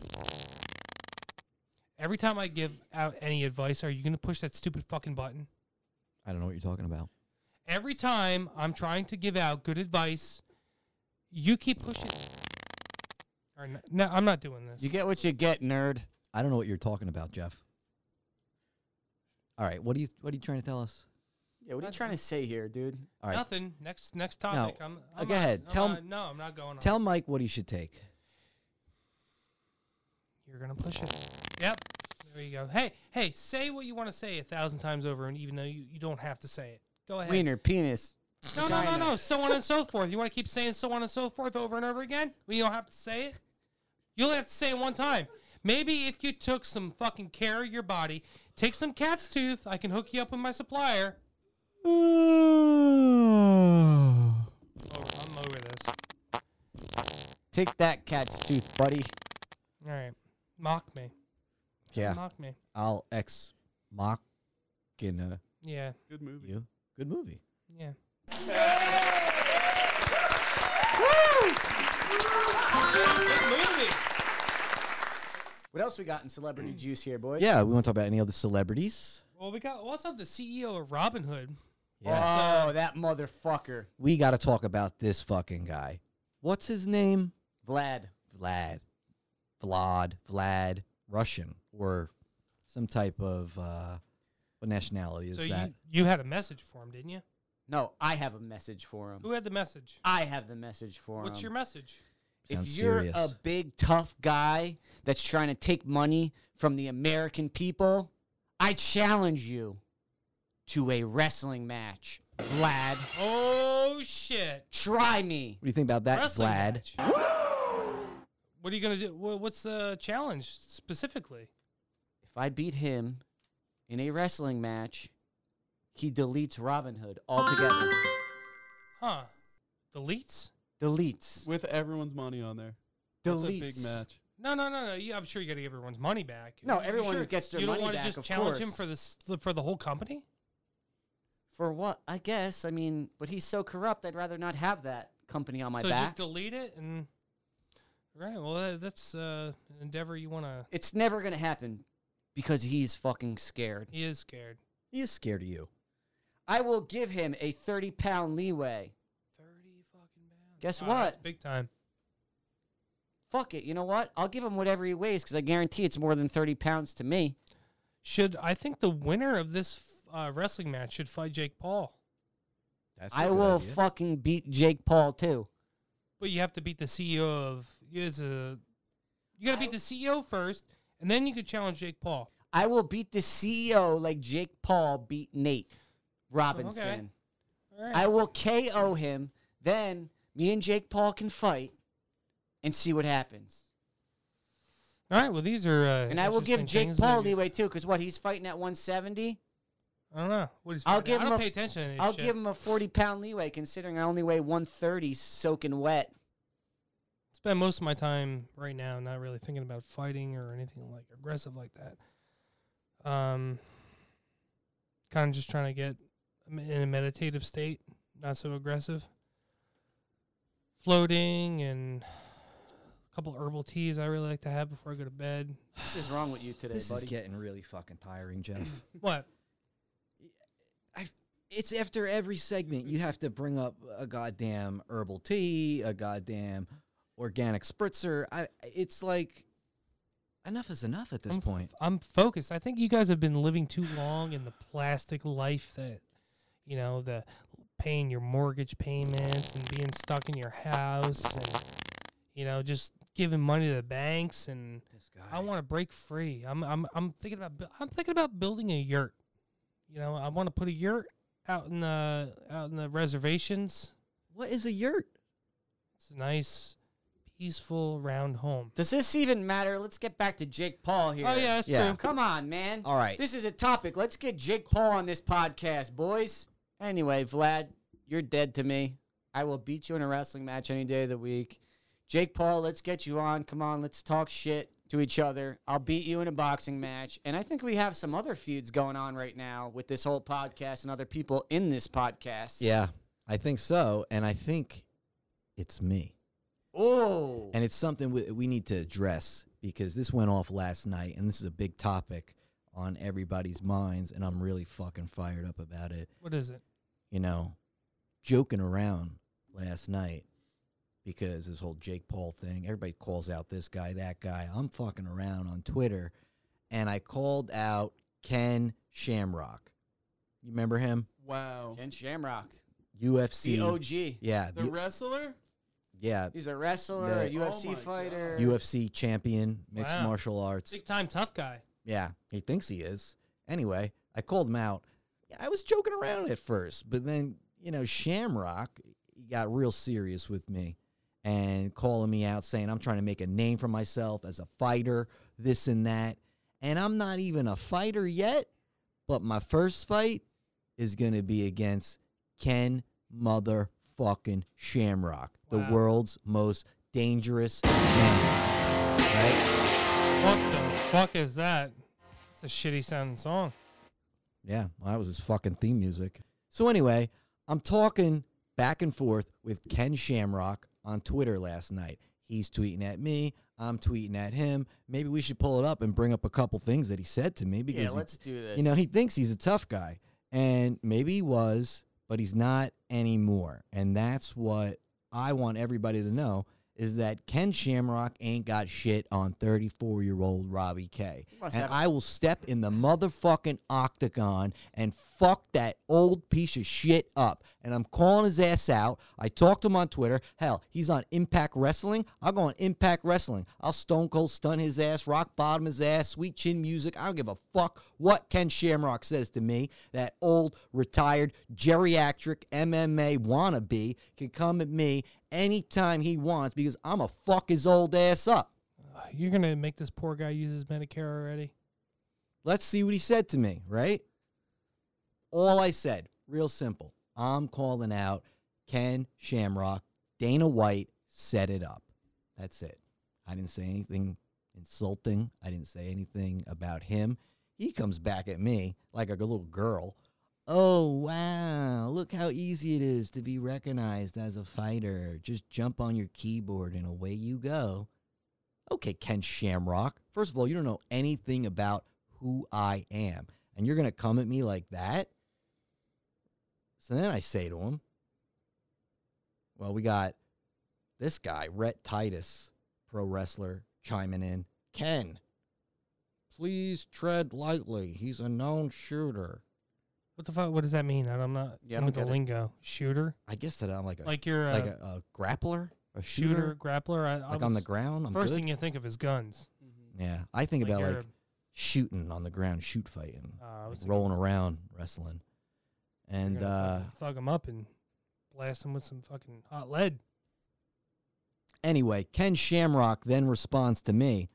Speaker 3: Every time I give out any advice, are you going to push that stupid fucking button?
Speaker 1: I don't know what you're talking about.
Speaker 3: Every time I'm trying to give out good advice, you keep pushing. Or n- no, I'm not doing this.
Speaker 4: You get what you get, nerd.
Speaker 1: I don't know what you're talking about, Jeff. All right, what are you what are you trying to tell us?
Speaker 4: Yeah, what are you trying to say here, dude?
Speaker 1: All right,
Speaker 3: Nothing. Next next topic. I'm, I'm
Speaker 1: go
Speaker 3: not-
Speaker 1: ahead.
Speaker 3: I'm
Speaker 1: Tell
Speaker 3: not-
Speaker 1: m-
Speaker 3: No, I'm not going on.
Speaker 1: tell Mike what he should take.
Speaker 3: You're gonna push it. Yep. There you go. Hey, hey, say what you want to say a thousand times over, and even though you, you don't have to say it, go ahead.
Speaker 4: Wiener, penis.
Speaker 3: No, no, no, no. So on and so forth. You want to keep saying so on and so forth over and over again? When you don't have to say it, you only have to say it one time. Maybe if you took some fucking care of your body, take some cat's tooth. I can hook you up with my supplier. Oh, I'm over this.
Speaker 4: Take that cat's tooth, buddy.
Speaker 3: All right, mock me.
Speaker 1: Yeah,
Speaker 3: mock me.
Speaker 1: I'll ex mock in uh,
Speaker 3: Yeah,
Speaker 5: Good movie.
Speaker 1: you. Good movie.
Speaker 3: yeah.
Speaker 4: What else we got in celebrity juice here, boys?
Speaker 1: Yeah, we want to talk about any other celebrities.
Speaker 3: Well, we got we also have the CEO of Robin Hood. Uh,
Speaker 1: Yeah,
Speaker 4: Oh, that motherfucker.
Speaker 1: we got to talk about this fucking guy. What's his name?
Speaker 4: Vlad.
Speaker 1: Vlad, Vlad, Vlad, Russian or some type of uh, what nationality is
Speaker 3: so
Speaker 1: that?
Speaker 3: you you had a message for him, didn't you?
Speaker 4: No, I have a message for him.
Speaker 3: Who had the message?
Speaker 4: I have the message for him.
Speaker 1: Um,
Speaker 3: What's your message?
Speaker 1: Sounds
Speaker 4: if you're
Speaker 1: serious.
Speaker 4: a big tough guy that's trying to take money from the American people, I challenge you to a wrestling match. Vlad,
Speaker 3: Oh shit!
Speaker 4: try me.
Speaker 1: What do you think about that,
Speaker 3: Wrestling
Speaker 1: Vlad?
Speaker 3: match. What are you gonna do? Wha- What's the challenge specifically?
Speaker 4: If I beat him in a wrestling match, he deletes Robin Hood altogether.
Speaker 3: Huh? Deletes?
Speaker 4: Deletes.
Speaker 5: with everyone's money on there. That's
Speaker 4: Deletes.
Speaker 5: a big match.
Speaker 3: No, no, no, no. You, I'm sure you got to give everyone's money back.
Speaker 4: No,
Speaker 3: You
Speaker 4: everyone gets their
Speaker 3: You don't
Speaker 4: money
Speaker 3: wanna
Speaker 4: back,
Speaker 3: just
Speaker 4: of
Speaker 3: challenge him
Speaker 4: course.
Speaker 3: for this for the whole company.
Speaker 4: For what? I guess. I mean, but he's so corrupt, I'd rather not have that company on my
Speaker 3: so
Speaker 4: back.
Speaker 3: just delete it and. Right. Well, that- that's uh, an endeavor you want to.
Speaker 4: it's never going to happen because he's fucking scared.
Speaker 3: He is scared.
Speaker 1: He is scared of you.
Speaker 4: I will give him a 30 pound leeway.
Speaker 3: Thirty fucking pounds.
Speaker 4: Guess
Speaker 3: Wow, that's
Speaker 4: what?
Speaker 3: big time.
Speaker 4: Fuck it. You know what? I'll give him whatever he weighs because I guarantee it's more than 30 pounds to me.
Speaker 3: Should I think the winner of this uh, wrestling match should fight Jake Paul?
Speaker 1: That's
Speaker 4: I will fucking beat Jake Paul too.
Speaker 3: But you have to beat the CEO of is a you got to beat the CEO first, and then you could challenge Jake Paul.
Speaker 4: I will beat the CEO like Jake Paul beat Nate Robinson.
Speaker 3: All right.
Speaker 4: I will KO him. Then me and Jake Paul can fight and see what happens.
Speaker 3: All right. Well, these are uh,
Speaker 4: And I will give
Speaker 3: interesting
Speaker 4: Jake
Speaker 3: things that
Speaker 4: Paul
Speaker 3: you-
Speaker 4: leeway too because what? He's fighting at 170?
Speaker 3: I don't know. What is
Speaker 4: I'll
Speaker 3: fighting?
Speaker 4: give
Speaker 3: I
Speaker 4: him
Speaker 3: don't
Speaker 4: a-
Speaker 3: pay attention to this
Speaker 4: I'll
Speaker 3: shit.
Speaker 4: give him a 40 pound leeway considering I only weigh 130 soaking wet.
Speaker 3: Spend most of my time right now not really thinking about fighting or anything like aggressive like that. Um, kind of just trying to get m- in a meditative state, not so aggressive. Floating and a couple herbal teas I really like to have before I go to bed.
Speaker 4: This is wrong with you today,
Speaker 1: This
Speaker 4: buddy.
Speaker 1: is getting really fucking tiring, Jeff.
Speaker 3: What?
Speaker 1: it's after every segment you have to bring up a goddamn herbal tea, a goddamn organic spritzer. I, it's like enough is enough at this
Speaker 3: I'm-
Speaker 1: point.
Speaker 3: I'm focused. I think you guys have been living too long in the plastic life that, you know, the paying your mortgage payments and being stuck in your house and, you know, just giving money to the banks. And
Speaker 1: This guy.
Speaker 3: I want to break free. I'm, I'm, I'm thinking about, bu- I'm thinking about building a yurt. You know, I want to put a yurt out in the, out in the reservations.
Speaker 1: what is a yurt?
Speaker 3: It's a nice, peaceful, round home.
Speaker 4: Does this even matter? Let's get back to Jake Paul here.
Speaker 3: Oh yeah, that's
Speaker 1: Yeah.
Speaker 3: true.
Speaker 4: Come on, man.
Speaker 1: All right.
Speaker 4: This is a topic. Let's get Jake Paul on this podcast, boys. Anyway, Vlad, you're dead to me. I will beat you in a wrestling match any day of the week. Jake Paul, let's get you on. Come on, let's talk shit to each other. I'll beat you in a boxing match. And I think we have some other feuds going on right now with this whole podcast and other people in this podcast.
Speaker 1: Yeah, I think so, and I think it's me,
Speaker 4: Oh.
Speaker 1: and it's something we, we need to address because this went off last night, and this is a big topic on everybody's minds, and I'm really fucking fired up about it.
Speaker 3: What is it?
Speaker 1: you know, joking around last night because this whole Jake Paul thing, everybody calls out this guy, that guy. I'm fucking around on Twitter and I called out Ken Shamrock. You remember him?
Speaker 5: Wow.
Speaker 4: Ken Shamrock.
Speaker 1: UFC.
Speaker 4: The OG.
Speaker 1: Yeah.
Speaker 5: The
Speaker 1: the-
Speaker 5: wrestler?
Speaker 1: yeah.
Speaker 4: He's a wrestler,
Speaker 1: The-
Speaker 4: a UFC
Speaker 5: my God.
Speaker 4: fighter.
Speaker 1: UFC champion, mixed
Speaker 3: Wow.
Speaker 1: martial arts.
Speaker 3: Big time tough guy.
Speaker 1: Yeah, he thinks he is. Anyway, I called him out. Yeah, I was joking around at first, but then, you know, Shamrock he got real serious with me and calling me out saying I'm trying to make a name for myself as a fighter, this and that. And I'm not even a fighter yet, but my first fight is going to be against Ken motherfucking Shamrock,
Speaker 3: Wow.
Speaker 1: the world's most dangerous man. Right?
Speaker 3: What the fuck is that? It's a shitty sounding song.
Speaker 1: Yeah, well, that was his fucking theme music. So anyway, I'm talking back and forth with Ken Shamrock on Twitter last night. He's tweeting at me. I'm tweeting at him. Maybe we should pull it up and bring up a couple things that he said to me because
Speaker 4: yeah,
Speaker 1: he-
Speaker 4: let's do this.
Speaker 1: you know he thinks he's a tough guy, and maybe he was, but he's not anymore. And that's what I want everybody to know is that Ken Shamrock ain't got shit on 34 year old Robbie K.
Speaker 4: Must
Speaker 1: And
Speaker 4: have-
Speaker 1: I will step in the motherfucking octagon and fuck that old piece of shit up. And I'm calling his ass out. I talked to him on Twitter. Hell, he's on Impact Wrestling. I'll go on Impact Wrestling. I'll stone cold stun his ass, rock bottom his ass, sweet chin music. I don't give a fuck what Ken Shamrock says to me. That old, retired, geriatric MMA wannabe can come at me anytime he wants because I'm going to fuck his old ass up.
Speaker 3: You're gonna make this poor guy use his Medicare already.
Speaker 1: Let's see what he said to me, right? All I said, real simple. I'm calling out Ken Shamrock. Dana White set it up. That's it. I didn't say anything insulting. I didn't say anything about him. He comes back at me like a little girl. Oh, wow. Look how easy it is to be recognized as a fighter. Just jump on your keyboard and away you go. Okay, Ken Shamrock. First of all, you don't know anything about who I am. And you're going to come at me like that? So then I say to him, well, we got this guy, Rhett Titus, pro wrestler, chiming in. Ken, please tread lightly. He's a known shooter.
Speaker 3: What the fuck? What does that mean? I- I'm not.
Speaker 4: Yeah, I
Speaker 3: I'm
Speaker 4: don't
Speaker 3: with the
Speaker 4: get it.
Speaker 3: lingo. Shooter,
Speaker 1: I guess that I'm like a
Speaker 3: like you're a,
Speaker 1: like a, a grappler, a shooter,
Speaker 3: shooter, grappler. I, I
Speaker 1: like on the
Speaker 3: was-
Speaker 1: ground. I'm
Speaker 3: first
Speaker 1: good.
Speaker 3: thing you think of is guns.
Speaker 5: Mm-hmm.
Speaker 1: yeah, I think about
Speaker 3: you're
Speaker 1: like shooting on the ground, shoot fighting,
Speaker 3: a- uh, I
Speaker 1: like
Speaker 3: was
Speaker 1: rolling around, wrestling,
Speaker 3: thinking
Speaker 1: and
Speaker 3: you're gonna
Speaker 1: uh,
Speaker 3: fucking thug him up and blast him with some fucking hot lead.
Speaker 1: Anyway, Ken Shamrock then responds to me,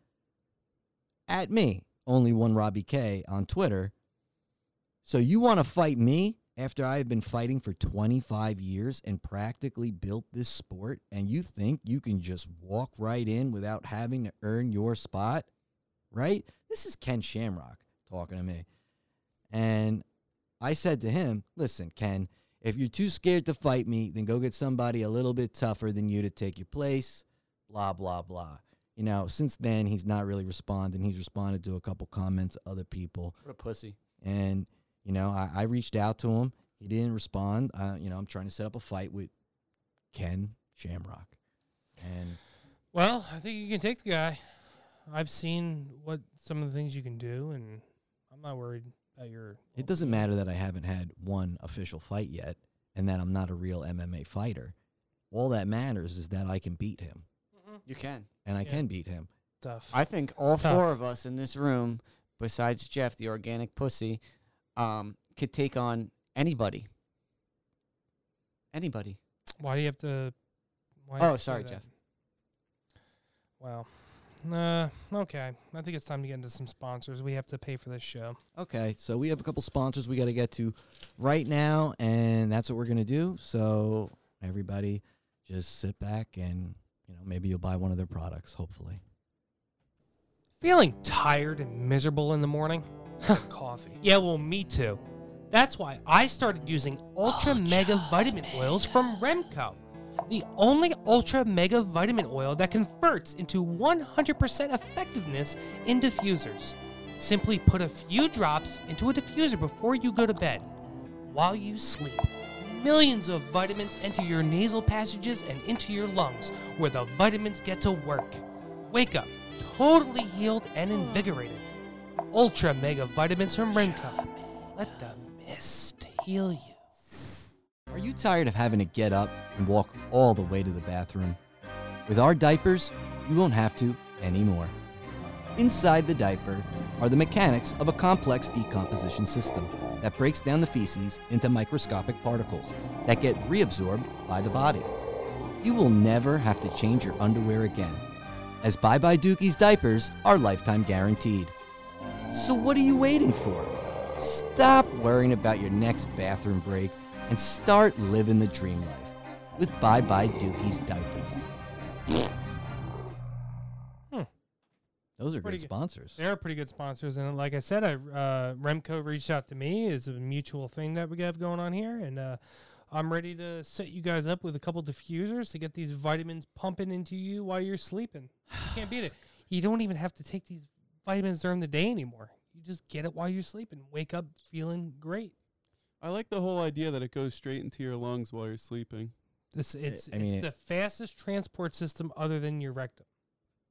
Speaker 1: at me, only one Robbie K on Twitter. So you want to fight me after I've been fighting for 25 years and practically built this sport, and you think you can just walk right in without having to earn your spot? Right? This is Ken Shamrock talking to me. And I said to him, listen, Ken, if you're too scared to fight me, then go get somebody a little bit tougher than you to take your place. Blah, blah, blah. You know, since then, he's not really responding. He's responded to a couple comments, other people.
Speaker 4: What a pussy.
Speaker 1: And, you know, I, I reached out to him. He didn't respond. Uh, you know, I'm trying to set up a fight with Ken Shamrock. And
Speaker 3: Well, I think you can take the guy. I've seen what some of the things you can do, and I'm not worried about your.
Speaker 1: it doesn't matter that I haven't had one official fight yet and that I'm not a real MMA fighter. All that matters is that I can beat him.
Speaker 4: You can.
Speaker 1: And I
Speaker 3: Yeah.
Speaker 1: can beat him.
Speaker 3: stuff.
Speaker 4: I think all
Speaker 3: tough.
Speaker 4: four of us in this room, besides Jeff, the organic pussy, um, could take on anybody. Anybody.
Speaker 3: Why do you have to? Why
Speaker 4: Oh,
Speaker 3: you say
Speaker 4: sorry,
Speaker 3: that?
Speaker 4: Jeff.
Speaker 3: Wow. Uh, okay. I think it's time to get into some sponsors. We have to pay for this show.
Speaker 1: Okay, so we have a couple sponsors we got to get to right now, and that's what we're gonna do. So everybody, just sit back and you know maybe you'll buy one of their products. Hopefully,
Speaker 3: Feeling tired and miserable in the morning? Coffee. Yeah, well, me too. That's why I started using Ultra, Mega Vitamin Oils from Remco. The only Ultra Mega Vitamin Oil that converts into 100% effectiveness in diffusers. Simply put a few drops into a diffuser before you go to bed. While you sleep, millions of vitamins enter your nasal passages and into your lungs, where the vitamins get to work. Wake up totally healed and invigorated. Ultra Mega Vitamins from Renko. Let the mist heal you.
Speaker 1: are you tired of having to get up and walk all the way to the bathroom? With our diapers, you won't have to anymore. Inside the diaper are the mechanics of a complex decomposition system that breaks down the feces into microscopic particles that get reabsorbed by the body. You will never have to change your underwear again, as Bye Bye Dookie's diapers are lifetime guaranteed. So, what are you waiting for? Stop worrying about your next bathroom break and start living the dream life with Bye Bye Dookie's diapers.
Speaker 3: Hmm.
Speaker 1: Those are
Speaker 3: Pretty
Speaker 1: great
Speaker 3: good.
Speaker 1: sponsors.
Speaker 3: They're pretty good sponsors, and like I said, I uh, Remco reached out to me. It's a mutual thing that we have going on here, and uh, I'm ready to set you guys up with a couple diffusers to get these vitamins pumping into you while you're sleeping. You can't beat it. You don't even have to take these vitamins during the day anymore. You just get it while you're sleeping. Wake up feeling great.
Speaker 5: I like the whole idea that it goes straight into your lungs while you're sleeping.
Speaker 3: This it's
Speaker 1: I mean,
Speaker 3: it's
Speaker 1: it-
Speaker 3: the fastest transport system other than your rectum.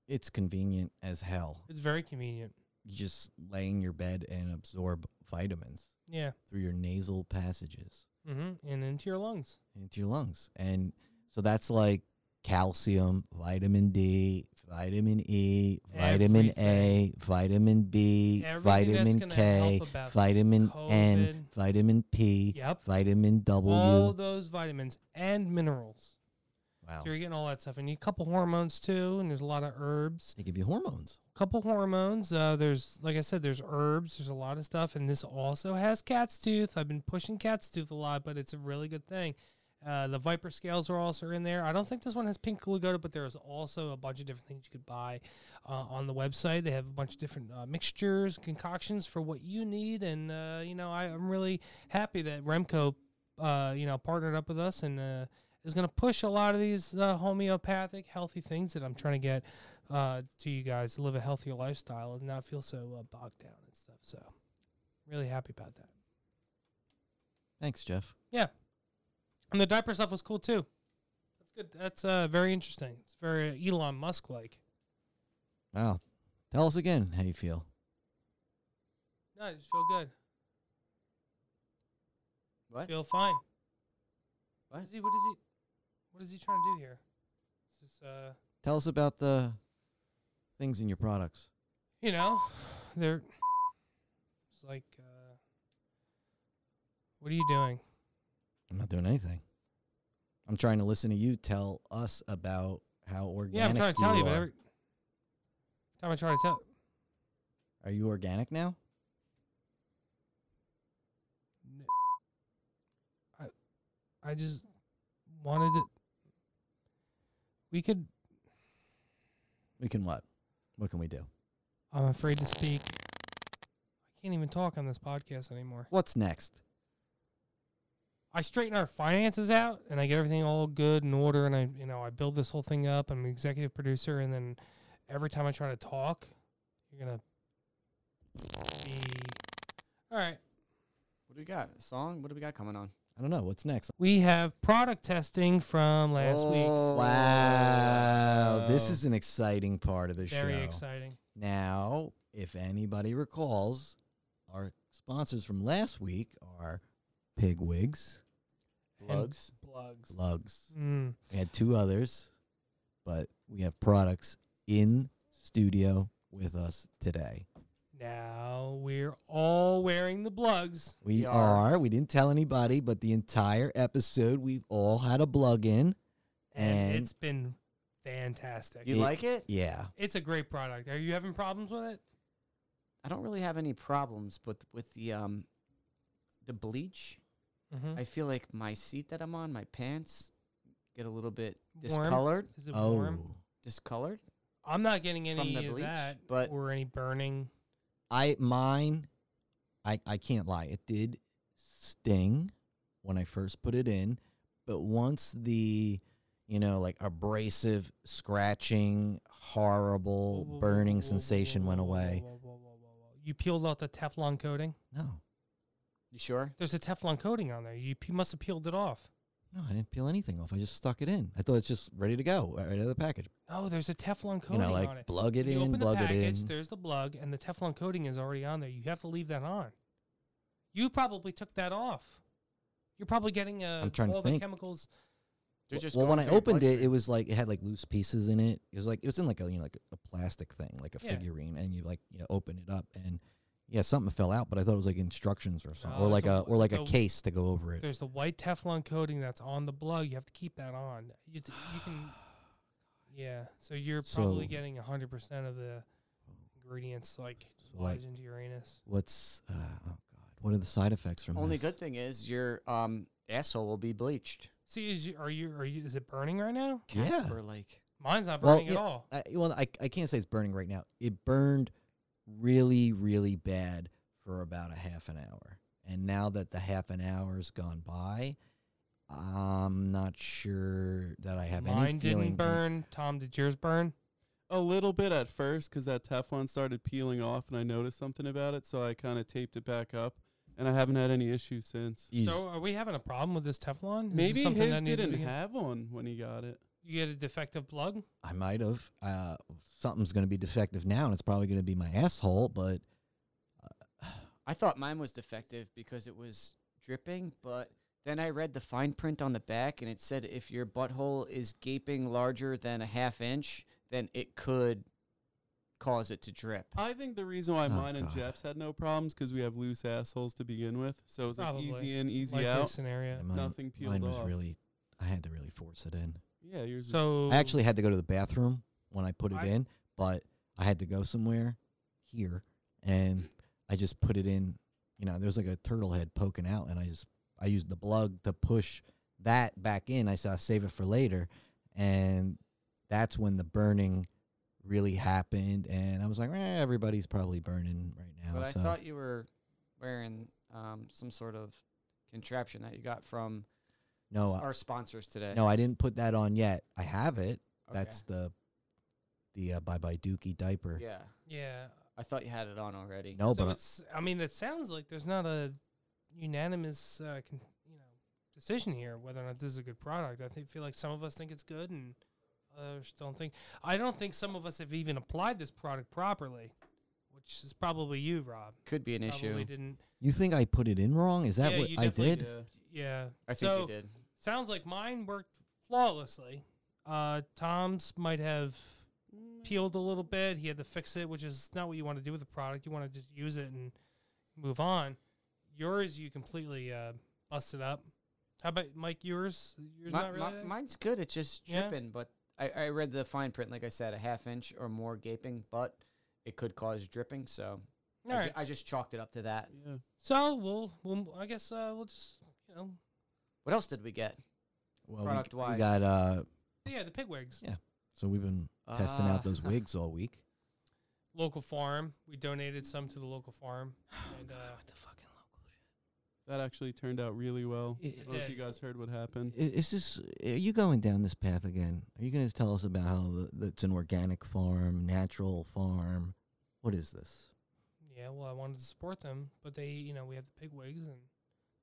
Speaker 1: It's convenient as hell.
Speaker 3: It's very convenient.
Speaker 1: You just lay in your bed and absorb vitamins
Speaker 3: Yeah.
Speaker 1: through your nasal passages
Speaker 3: Mm-hmm. And into your lungs.
Speaker 1: into your lungs. And so that's like calcium, vitamin D, vitamin E, vitamin A, vitamin B,
Speaker 3: Everything that's
Speaker 1: vitamin
Speaker 3: gonna
Speaker 1: K,
Speaker 3: help about
Speaker 1: vitamin N,
Speaker 3: COVID.
Speaker 1: vitamin P,
Speaker 3: Yep.
Speaker 1: vitamin W.
Speaker 3: All those vitamins and minerals.
Speaker 1: wow.
Speaker 3: So you're getting all that stuff, and you a couple hormones too. And there's a lot of herbs.
Speaker 1: They give you hormones.
Speaker 3: couple hormones. Uh, there's, like I said, there's herbs. There's a lot of stuff, and this also has cat's tooth. I've been pushing cat's tooth a lot, but it's a really good thing. Uh, the viper scales are also in there. I don't think this one has pink glucoda, but there's also a bunch of different things you could buy uh, on the website. They have a bunch of different uh, mixtures, concoctions for what you need, and uh, you know I, I'm really happy that Remco, uh, you know, partnered up with us and uh, is going to push a lot of these uh, homeopathic, healthy things that I'm trying to get uh, to you guys to live a healthier lifestyle and not feel so uh, bogged down and stuff. So, really happy about that.
Speaker 1: Thanks, Jeff.
Speaker 3: And the diaper stuff was cool too. That's good. That's uh, very interesting. It's very uh, Elon Musk like.
Speaker 1: Wow. Tell us again how you feel.
Speaker 3: No, I just feel good.
Speaker 4: What?
Speaker 3: Feel fine.
Speaker 4: What?
Speaker 3: Is he, what is he? What is he trying to do here? Is this, uh,
Speaker 1: Tell us about the things in your products.
Speaker 3: you know, they're it's like, uh, what are you doing?
Speaker 1: I'm not doing anything. I'm trying to listen to you tell us about how organic.
Speaker 3: yeah, I'm trying to tell you, but
Speaker 1: are.
Speaker 3: every time I try to tell,
Speaker 1: Are you organic now?
Speaker 3: N- I, I just wanted to. We could.
Speaker 1: We can what? What can we do?
Speaker 3: I'm afraid to speak. I can't even talk on this podcast anymore.
Speaker 1: What's next?
Speaker 3: I straighten our finances out, and I get everything all good and order, and I, you know, I build this whole thing up. I'm an executive producer, and then every time I try to talk, you're gonna be all right.
Speaker 4: What do we got? A song? What do we got coming on?
Speaker 1: I don't know. What's next?
Speaker 3: We have product testing from last week.
Speaker 1: Wow, this
Speaker 4: Oh.
Speaker 1: is an exciting part of the
Speaker 3: Very
Speaker 1: show.
Speaker 3: exciting.
Speaker 1: Now, if anybody recalls, our sponsors from last week are Pig Wigs,
Speaker 3: And
Speaker 4: Lugs.
Speaker 3: Plugs.
Speaker 1: Lugs.
Speaker 3: Mm.
Speaker 1: We had two others, but we have products in studio with us today.
Speaker 3: Now we're all wearing the blugs.
Speaker 1: We
Speaker 4: We
Speaker 1: are.
Speaker 4: are.
Speaker 1: We didn't tell anybody, but the entire episode we've all had a plug in.
Speaker 3: And,
Speaker 1: And-
Speaker 3: it's been fantastic.
Speaker 4: You
Speaker 1: It-
Speaker 4: like it?
Speaker 1: Yeah.
Speaker 3: it's a great product. Are you having problems with it?
Speaker 4: I don't really have any problems, but with the um, the bleach,
Speaker 3: Mm-hmm.
Speaker 4: I feel like my seat that I'm on, my pants, get a little bit
Speaker 3: Warm.
Speaker 4: discolored.
Speaker 3: Is it
Speaker 1: oh.
Speaker 3: warm?
Speaker 4: Discolored.
Speaker 3: I'm not getting
Speaker 4: From
Speaker 3: any
Speaker 4: the
Speaker 3: of
Speaker 4: bleach,
Speaker 3: that
Speaker 4: but-
Speaker 3: or any burning.
Speaker 1: I mine I I can't lie. It did sting when I first put it in, but once the you know, like abrasive, scratching, horrible,
Speaker 3: Whoa, whoa, whoa,
Speaker 1: burning
Speaker 3: whoa, whoa,
Speaker 1: sensation
Speaker 3: whoa,
Speaker 1: went
Speaker 3: whoa, whoa,
Speaker 1: away.
Speaker 3: whoa, whoa, whoa, whoa, whoa. You peeled out the Teflon coating.
Speaker 1: No,
Speaker 4: You sure?
Speaker 3: There's a Teflon coating on there. You pe- must have peeled it off.
Speaker 1: no, I didn't peel anything off. I just stuck it in. I thought it's just ready to go, right out of the package.
Speaker 3: No, there's a Teflon
Speaker 1: You
Speaker 3: coating
Speaker 1: know,
Speaker 3: on it.
Speaker 1: like plug it
Speaker 3: you
Speaker 1: in,
Speaker 3: open
Speaker 1: plug
Speaker 3: the
Speaker 1: it
Speaker 3: package,
Speaker 1: in.
Speaker 3: there's the plug, and the Teflon coating is already on there. You have to leave that on. You probably took that off. You're probably getting uh,
Speaker 1: I'm trying to
Speaker 3: all the
Speaker 1: think.
Speaker 3: chemicals.
Speaker 4: They're
Speaker 1: Well-
Speaker 4: just
Speaker 1: well, when
Speaker 4: going
Speaker 1: I
Speaker 4: through your
Speaker 1: opened it, it
Speaker 4: bloodstream.
Speaker 1: was like it had like loose pieces in it. It was like it was in like a you know like a plastic thing, like a
Speaker 3: Yeah.
Speaker 1: figurine, and you like you know, open it up and yeah, something fell out, but I thought it was like instructions or something,
Speaker 3: No,
Speaker 1: or
Speaker 3: it's
Speaker 1: like
Speaker 3: a-
Speaker 1: a or like a
Speaker 3: the-
Speaker 1: case to go over it.
Speaker 3: There's the white Teflon coating that's on the plug. You have to keep that on. You, t- you can, yeah. So you're probably
Speaker 1: So-
Speaker 3: getting 100 percent of the ingredients like
Speaker 1: So, like-
Speaker 3: lodged into your anus.
Speaker 1: What's uh, oh god, what are the side effects from
Speaker 4: Only
Speaker 1: this?
Speaker 4: good thing is your um asshole will be bleached.
Speaker 3: See, is you, are you are you is it burning right now?
Speaker 1: Yeah.
Speaker 4: Casper like.
Speaker 3: Mine's not
Speaker 1: Well,
Speaker 3: burning
Speaker 1: yeah,
Speaker 3: at all.
Speaker 1: I, well, I I can't say it's burning right now. It burned really really bad for about a half an hour, and now that the half an hour's gone by, I'm not sure that I have any
Speaker 3: Mine
Speaker 1: feeling.
Speaker 3: didn't burn. Tom, did yours burn?
Speaker 5: A little bit at first because that Teflon started peeling off and I noticed something about it. So I kind of taped it back up and I haven't had any issues since.
Speaker 1: He's-
Speaker 3: So are we having a problem with this Teflon? Is this
Speaker 5: Maybe
Speaker 3: something
Speaker 5: his
Speaker 3: that needs to
Speaker 5: didn't
Speaker 3: be-
Speaker 5: have one when he got it.
Speaker 3: You get a defective plug.
Speaker 1: I might have. Uh, something's going to be defective now, and it's probably going to be my asshole. But
Speaker 4: I thought mine was defective because it was dripping, but then I read the fine print on the back and it said if your butthole is gaping larger than a half inch, then it could cause it to drip.
Speaker 5: I think the reason why
Speaker 1: Oh,
Speaker 5: mine and
Speaker 1: God.
Speaker 5: Jeff's had no problems because we have loose assholes to begin with, so it was like
Speaker 3: Probably.
Speaker 5: easy in, easy
Speaker 3: Likely
Speaker 5: out.
Speaker 3: scenario.
Speaker 1: mine,
Speaker 5: Nothing peeled
Speaker 1: mine was
Speaker 5: off.
Speaker 1: really. I had to really force it in.
Speaker 5: Yeah, yours. was
Speaker 3: So
Speaker 1: I actually had to go to the bathroom when I put it
Speaker 3: I-
Speaker 1: in, but I had to go somewhere here, and I just put it in. You know, there's like a turtle head poking out, and I just I used the plug to push that back in. I said I save it for later, and that's when the burning really happened. And I was like, eh, everybody's probably burning right now.
Speaker 4: But I
Speaker 1: so
Speaker 4: thought you were wearing um, some sort of contraption that you got from
Speaker 1: no,
Speaker 4: s-
Speaker 1: I-
Speaker 4: our sponsors today.
Speaker 1: no, I didn't put that on yet. I have it.
Speaker 4: Okay.
Speaker 1: That's the the uh, bye bye Dookie diaper.
Speaker 4: yeah.
Speaker 3: yeah.
Speaker 4: I thought you had it on already.
Speaker 1: No,
Speaker 3: so
Speaker 1: but I-
Speaker 3: it's. I mean, it sounds like there's not a unanimous, uh, con- you know, decision here whether or not this is a good product. I think feel like some of us think it's good and others don't think. I don't think some of us have even applied this product properly, which is probably you, Rob.
Speaker 4: Could be an
Speaker 3: Probably
Speaker 4: issue.
Speaker 3: didn't.
Speaker 1: You think I put it in wrong? Is that
Speaker 3: Yeah,
Speaker 1: what
Speaker 3: you
Speaker 1: I
Speaker 3: definitely
Speaker 1: did?
Speaker 5: yeah.
Speaker 3: Yeah.
Speaker 4: I think
Speaker 3: So-
Speaker 4: you did.
Speaker 3: Sounds like mine worked flawlessly. Uh, Tom's might have peeled a little bit. He had to fix it, which is not what you want to do with the product. You want to just use it and move on. Yours, you completely uh, busted up. How about Mike? Yours, yours
Speaker 4: Mi-
Speaker 3: not really.
Speaker 4: mi-
Speaker 3: there?
Speaker 4: mine's good. It's just
Speaker 3: Yeah.
Speaker 4: dripping, but I, I read the fine print, like I said, a half inch or more gaping, but it could cause dripping. So I,
Speaker 3: All
Speaker 4: ju-
Speaker 3: right.
Speaker 4: I just chalked it up to that.
Speaker 5: yeah.
Speaker 3: So we'll, we'll I guess uh, we'll just you know
Speaker 4: What else did we get?
Speaker 1: Well, we,
Speaker 4: Product
Speaker 1: we
Speaker 4: wise.
Speaker 1: got uh,
Speaker 3: yeah the pig wigs.
Speaker 1: so we've been testing
Speaker 4: Ah.
Speaker 1: out those wigs all week.
Speaker 3: Local farm. We donated some to the local farm. And, uh,
Speaker 5: that actually turned out really well.
Speaker 1: I-
Speaker 5: I don't know if you guys heard what happened.
Speaker 1: Is this? Are you going down this path again? Are you going to tell us about how the, the- it's an organic farm, natural farm? What is this?
Speaker 3: yeah, well, I wanted to support them, but they, you know, we have the pig wigs and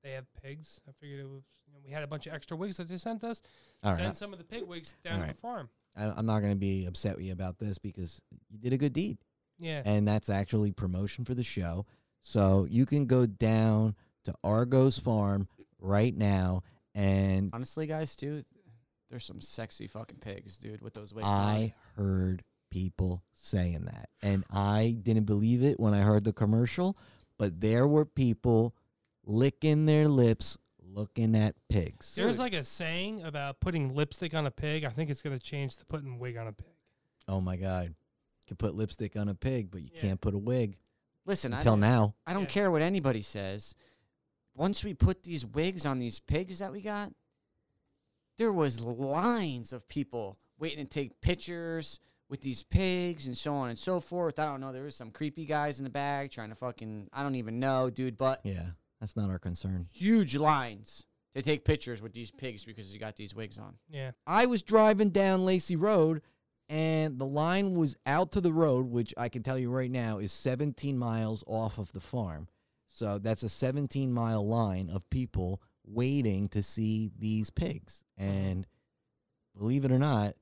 Speaker 3: they have pigs. I figured it was, you know, we had a bunch of extra wigs that they sent us.
Speaker 1: All
Speaker 3: send
Speaker 1: right,
Speaker 3: some of the pig wigs down to
Speaker 1: Alright.
Speaker 3: the farm.
Speaker 1: I, I'm not going to be upset with you about this because you did a good deed.
Speaker 3: Yeah.
Speaker 1: and that's actually promotion for the show. So you can go down to Argo's Farm right now, and
Speaker 4: Honestly, guys, too, there's some sexy fucking pigs, dude, with those wigs. on.
Speaker 1: I heard people saying that, and I didn't believe it when I heard the commercial, but there were people licking their lips looking at pigs.
Speaker 3: There's
Speaker 4: Dude.
Speaker 3: like a saying about putting lipstick on a pig. I think it's going to change to putting wig on a pig.
Speaker 1: Oh my god, you can put lipstick on a pig, but you
Speaker 3: Yeah.
Speaker 1: can't put a wig
Speaker 4: Listen, I
Speaker 1: until
Speaker 4: don't,
Speaker 1: now.
Speaker 4: I don't
Speaker 3: Yeah.
Speaker 4: care what anybody says. Once we put these wigs on these pigs that we got, there was lines of people waiting to take pictures with these pigs and so on and so forth. I don't know. There was some creepy guys in the back trying to fucking I don't even know, dude. But
Speaker 1: Yeah, that's not our concern.
Speaker 4: huge lines to take pictures with these pigs because you got these wigs on.
Speaker 3: Yeah.
Speaker 1: I was driving down Lacey Road and the line was out to the road, which I can tell you right now is 17 miles off of the farm. So that's a 17 mile line of people waiting to see these pigs. And believe it or not,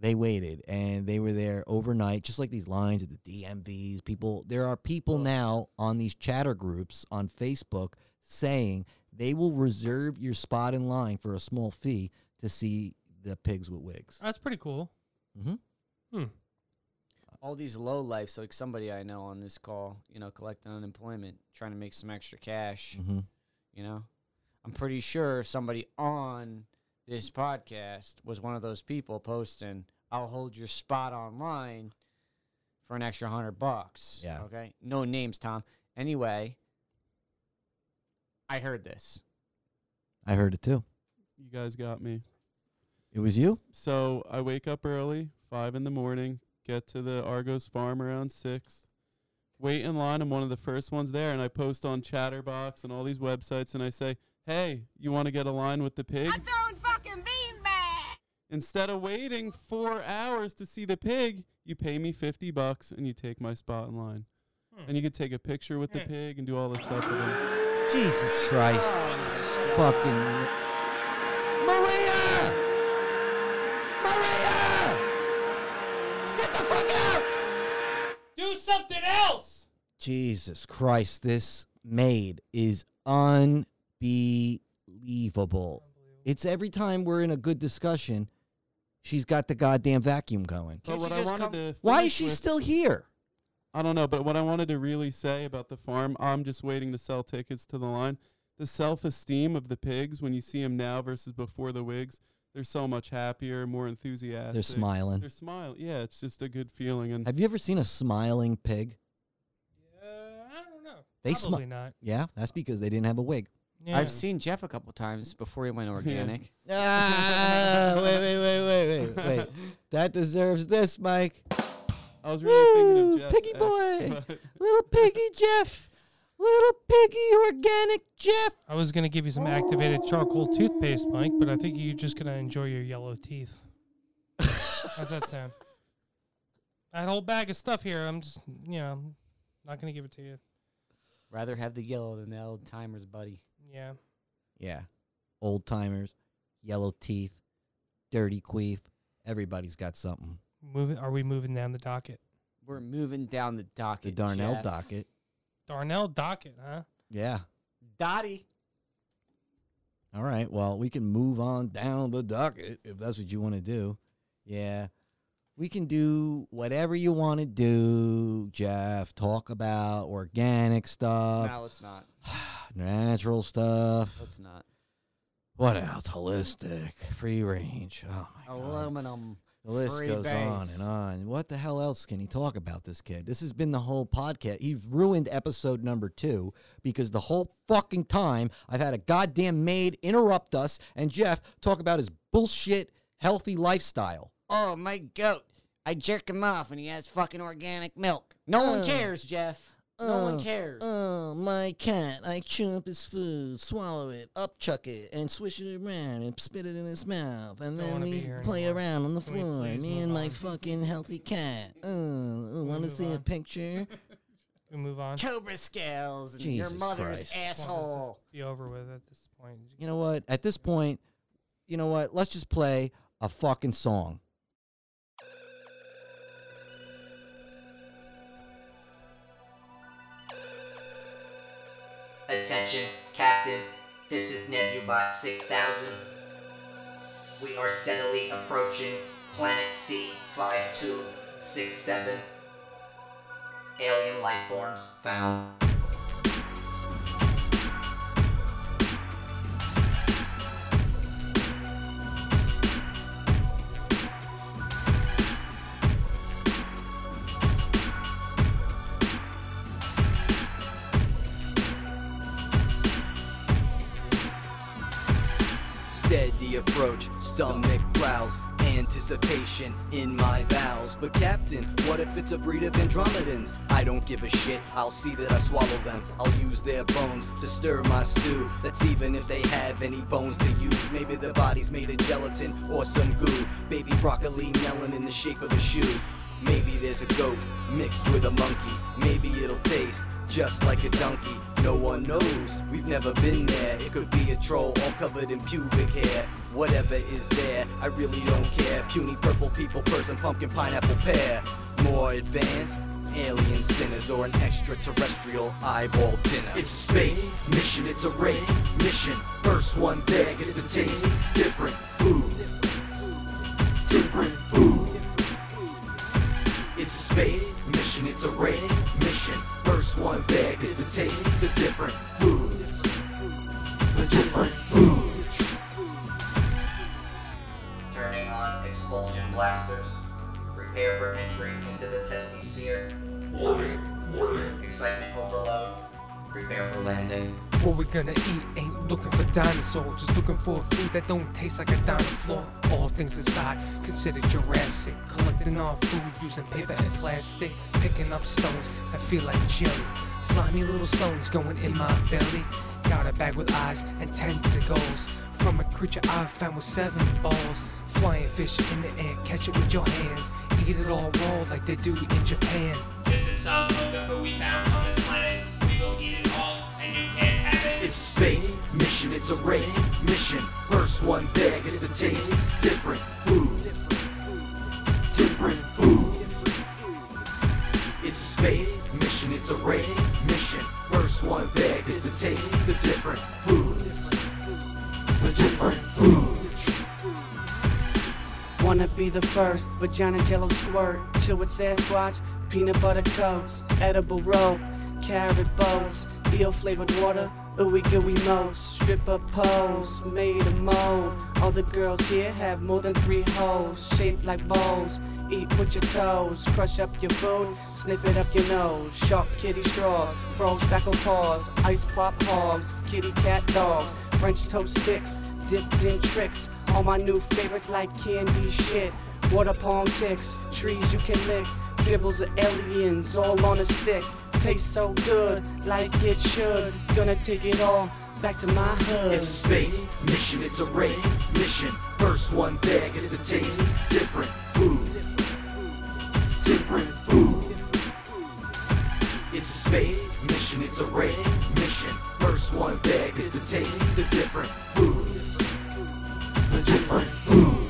Speaker 1: they waited and they were there overnight, just like these lines at the DMVs. People, there are people now on these chatter groups on Facebook saying they will reserve your spot in line for a small fee to see the pigs with wigs.
Speaker 3: That's pretty cool.
Speaker 1: hmm
Speaker 3: Hmm.
Speaker 4: all these low lifes, like somebody I know on this call, you know, collecting unemployment, trying to make some extra cash,
Speaker 1: hmm
Speaker 4: you know. I'm pretty sure somebody on this podcast was one of those people posting, I'll hold your spot online for an extra hundred bucks.
Speaker 1: Yeah.
Speaker 4: Okay. No names, Tom. Anyway, I heard this.
Speaker 1: I heard it too.
Speaker 5: You guys got me.
Speaker 1: It was you?
Speaker 5: So I wake up early, five in the morning, get to the Argos farm around six, wait in line. I'm one of the first ones there, and I post on Chatterbox and all these websites, and I say, "Hey, you want to get a line with the pig?"
Speaker 6: I'm throwing fucking beanbag.
Speaker 5: Instead of waiting four hours to see the pig, you pay me fifty bucks and you take my spot in line,
Speaker 3: Hmm.
Speaker 5: and you could take a picture with the
Speaker 4: Hmm.
Speaker 3: Yeah.
Speaker 5: pig and do all this stuff with him.
Speaker 1: Jesus Christ. Fucking. Maria! Maria! Get the fuck out!
Speaker 3: Do something else.
Speaker 1: Jesus Christ, this maid is unbelievable. It's every time we're in a good discussion, she's got the goddamn vacuum going.
Speaker 5: But
Speaker 4: Can't
Speaker 5: what
Speaker 4: you
Speaker 5: I
Speaker 4: just
Speaker 5: wanted
Speaker 4: come-
Speaker 5: to
Speaker 1: Why
Speaker 5: finish
Speaker 1: is she
Speaker 5: with-
Speaker 1: still here?
Speaker 5: I don't know, but what I wanted to really say about the farm, I'm just waiting to sell tickets to the line. The self-esteem of the pigs when you see them now versus before the wigs, they're so much happier, more enthusiastic.
Speaker 1: They're smiling.
Speaker 5: They're smiling. Yeah, it's just a good feeling. And
Speaker 1: Have you ever seen a smiling pig?
Speaker 3: Uh, I don't know.
Speaker 1: They smi-
Speaker 3: Probably not.
Speaker 1: Yeah, that's because they didn't have a wig.
Speaker 3: Yeah.
Speaker 4: I've seen Jeff a couple times before he went organic.
Speaker 1: Ah, wait, wait, wait, wait, wait, wait. That deserves this, Mike.
Speaker 5: I was really
Speaker 1: Woo,
Speaker 5: thinking of Jeff's
Speaker 1: piggy
Speaker 5: ex,
Speaker 1: boy.
Speaker 5: but-
Speaker 1: Little piggy Jeff. Little piggy organic Jeff.
Speaker 3: I was gonna give you some activated charcoal toothpaste, Mike, but I think you're just gonna enjoy your yellow teeth. How's that sound? I had a whole bag of stuff here. I'm just, you know, I'm not gonna give it to you.
Speaker 4: Rather have the yellow than the old timers, buddy.
Speaker 3: Yeah.
Speaker 1: Yeah. Old timers, yellow teeth, dirty queef. Everybody's got something.
Speaker 3: Moving? Are we moving down the docket?
Speaker 4: We're moving down the
Speaker 1: The
Speaker 4: docket.
Speaker 1: Darnell
Speaker 4: Jeff.
Speaker 1: docket.
Speaker 3: Darnell docket, huh?
Speaker 1: Yeah.
Speaker 4: Dottie.
Speaker 1: All right. Well, we can move on down the docket if that's what you want to do. Yeah. We can do whatever you want to do, Jeff. Talk about organic stuff,
Speaker 4: no, let's not.
Speaker 1: natural stuff.
Speaker 4: Let's not.
Speaker 1: What else? Holistic, free range. Oh my god.
Speaker 4: Aluminum.
Speaker 1: The list
Speaker 4: Free
Speaker 1: goes on
Speaker 4: base.
Speaker 1: and on. What the hell else can he talk about this kid? This has been the whole podcast. He's ruined episode number two because the whole fucking time I've had a goddamn maid interrupt us and Jeff talk about his bullshit healthy lifestyle.
Speaker 4: Oh, my goat. I jerk him off and he has fucking organic milk. No one
Speaker 1: Uh,
Speaker 4: cares, Jeff. No
Speaker 1: uh,
Speaker 4: one cares.
Speaker 1: Oh, my cat. I chew up his food, swallow it, upchuck it, and swish it around and spit it in his mouth. And
Speaker 3: Don't
Speaker 1: then
Speaker 3: wanna be
Speaker 1: we
Speaker 3: here
Speaker 1: play
Speaker 3: anymore.
Speaker 1: around on the
Speaker 3: Can we
Speaker 1: floor.
Speaker 3: please
Speaker 1: Me
Speaker 3: move
Speaker 1: and my
Speaker 3: on?
Speaker 1: fucking healthy cat. Oh, want to
Speaker 3: move
Speaker 1: see a
Speaker 3: on?
Speaker 1: picture?
Speaker 3: We move on.
Speaker 4: Cobra scales and
Speaker 1: Jesus
Speaker 4: your mother's
Speaker 1: Christ.
Speaker 3: Just want this to
Speaker 4: asshole.
Speaker 3: Be over with at this point.
Speaker 1: you know what? At this point, you know what? Let's just play a fucking song.
Speaker 7: Attention, Captain. This is Nebubot 6000. We are steadily approaching Planet C5267. Alien life forms found.
Speaker 8: Steady approach, stomach growls, anticipation in my bowels. But Captain, what if it's a breed of Andromedans? I don't give a shit, I'll see that I swallow them. I'll use their bones to stir my stew. That's even if they have any bones to use. Maybe their body's made of gelatin or some goo. Baby broccoli melon in the shape of a shoe. Maybe there's a goat mixed with a monkey. Maybe it'll taste just like a donkey. No one knows, we've never been there. It could be a troll all covered in pubic hair. Whatever is there, I really don't care. Puny purple people, person, pumpkin, pineapple, pear. More advanced, alien sinners, or an extraterrestrial eyeball dinner. It's a space mission, it's a race mission. First one there gets to taste different food. Different food. It's a space mission, it's a race mission. First one there gets to taste the different food. The different food.
Speaker 7: Turning on expulsion blasters. Prepare for entry into the testy sphere. Excitement overload. Prepare for landing.
Speaker 9: What we gonna eat ain't looking for dinosaurs, just looking for food that don't taste like a dinosaur. All things aside, consider Jurassic. Collecting our food using paper and plastic. Picking up stones that feel like jelly. Slimy little stones going in my belly. Got a bag with eyes and tentacles. From a creature I found with seven balls. Flying fish in the air, catch it with your hands. Eat it all raw like they do in Japan.
Speaker 10: This is some of the food we found on this planet. We will eat it all, and you can't have it.
Speaker 8: It's space, mission, it's a race. Mission, first one there gets to taste different food. Different food. It's a space, mission, it's a race. Mission, first one there gets to taste the different foods. The different foods.
Speaker 10: Wanna be the first, vagina jello squirt, chill with Sasquatch, peanut butter coats, edible rope, carrot boats, eel flavored water, ooey gooey moats, stripper pose, made of mold. All the girls here have more than three holes, shaped like bowls. Eat with your toes, crush up your food, sniff it up your nose. Sharp kitty straws, froze back on paws, ice pop hogs, kitty cat dogs, French toast sticks, dipped in tricks. All my new favorites like candy shit. Water palm ticks, trees you can lick. Dribbles of aliens all on a stick. Tastes so good, like it should. Gonna take it all back to my hood.
Speaker 8: It's a space, mission, it's a race. Mission, first one there gets to taste different food. Different food. It's a space, mission, it's a race. Mission, first one there gets to taste the different foods. The different foods.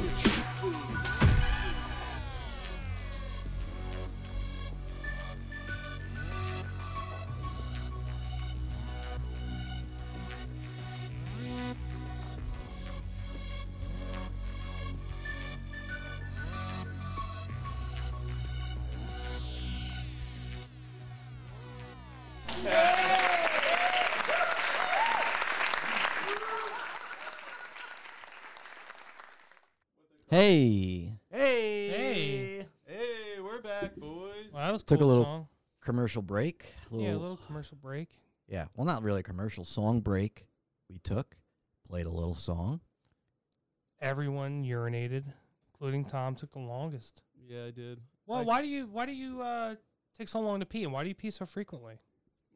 Speaker 1: Hey,
Speaker 4: Hey.
Speaker 3: Hey.
Speaker 5: Hey, we're back, boys.
Speaker 3: Well, that was
Speaker 1: Took a
Speaker 3: cool
Speaker 1: little
Speaker 3: song.
Speaker 1: commercial break.
Speaker 3: Yeah, a little commercial break.
Speaker 1: Yeah, well, not really a commercial song break. We took, played a little song.
Speaker 3: Everyone urinated, including Tom. Took the longest.
Speaker 5: Yeah, I did.
Speaker 3: Well,
Speaker 5: I,
Speaker 3: why do you why do you uh, take so long to pee, and why do you pee so frequently?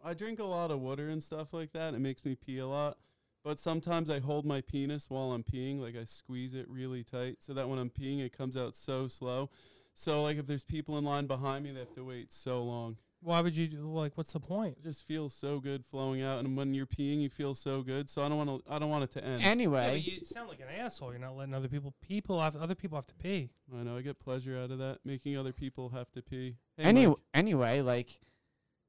Speaker 5: I drink a lot of water and stuff like that. It makes me pee a lot. But sometimes I hold my penis while I'm peeing, like I squeeze it really tight so that when I'm peeing, it comes out so slow. So, like, if there's people in line behind me, they have to wait so long.
Speaker 3: Why would you do like? What's the point?
Speaker 5: It just feels so good flowing out, and when you're peeing, you feel so good. So I don't want to. I don't want it to end.
Speaker 3: Yeah,
Speaker 4: Anyway,
Speaker 3: but you sound like an asshole. You're not letting other people people have other people have to pee.
Speaker 5: I know I get pleasure out of that, making other people have to pee. Hey,
Speaker 4: any,
Speaker 5: Mike,
Speaker 4: anyway, like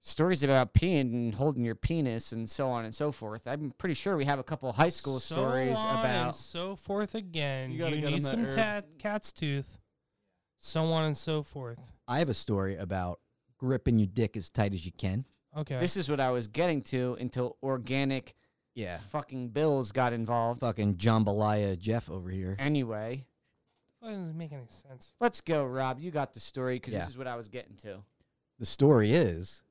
Speaker 4: stories about peeing and holding your penis and so on and so forth. I'm pretty sure we have a couple high school
Speaker 3: So
Speaker 4: stories
Speaker 3: on and
Speaker 4: about
Speaker 3: so forth again.
Speaker 5: You
Speaker 3: You,
Speaker 5: gotta get 'em
Speaker 3: need
Speaker 5: that
Speaker 3: some
Speaker 5: herb.
Speaker 3: tat, cat's tooth, so on and so forth.
Speaker 1: I have a story about gripping your dick as tight as you can.
Speaker 3: Okay,
Speaker 4: This is what I was getting to until organic
Speaker 1: Yeah.
Speaker 4: fucking bills got involved.
Speaker 1: Fucking jambalaya Jeff over here.
Speaker 4: Anyway,
Speaker 3: doesn't make any sense.
Speaker 4: let's go, Rob. You got the story because
Speaker 1: Yeah.
Speaker 4: this is what I was getting to.
Speaker 1: The story is,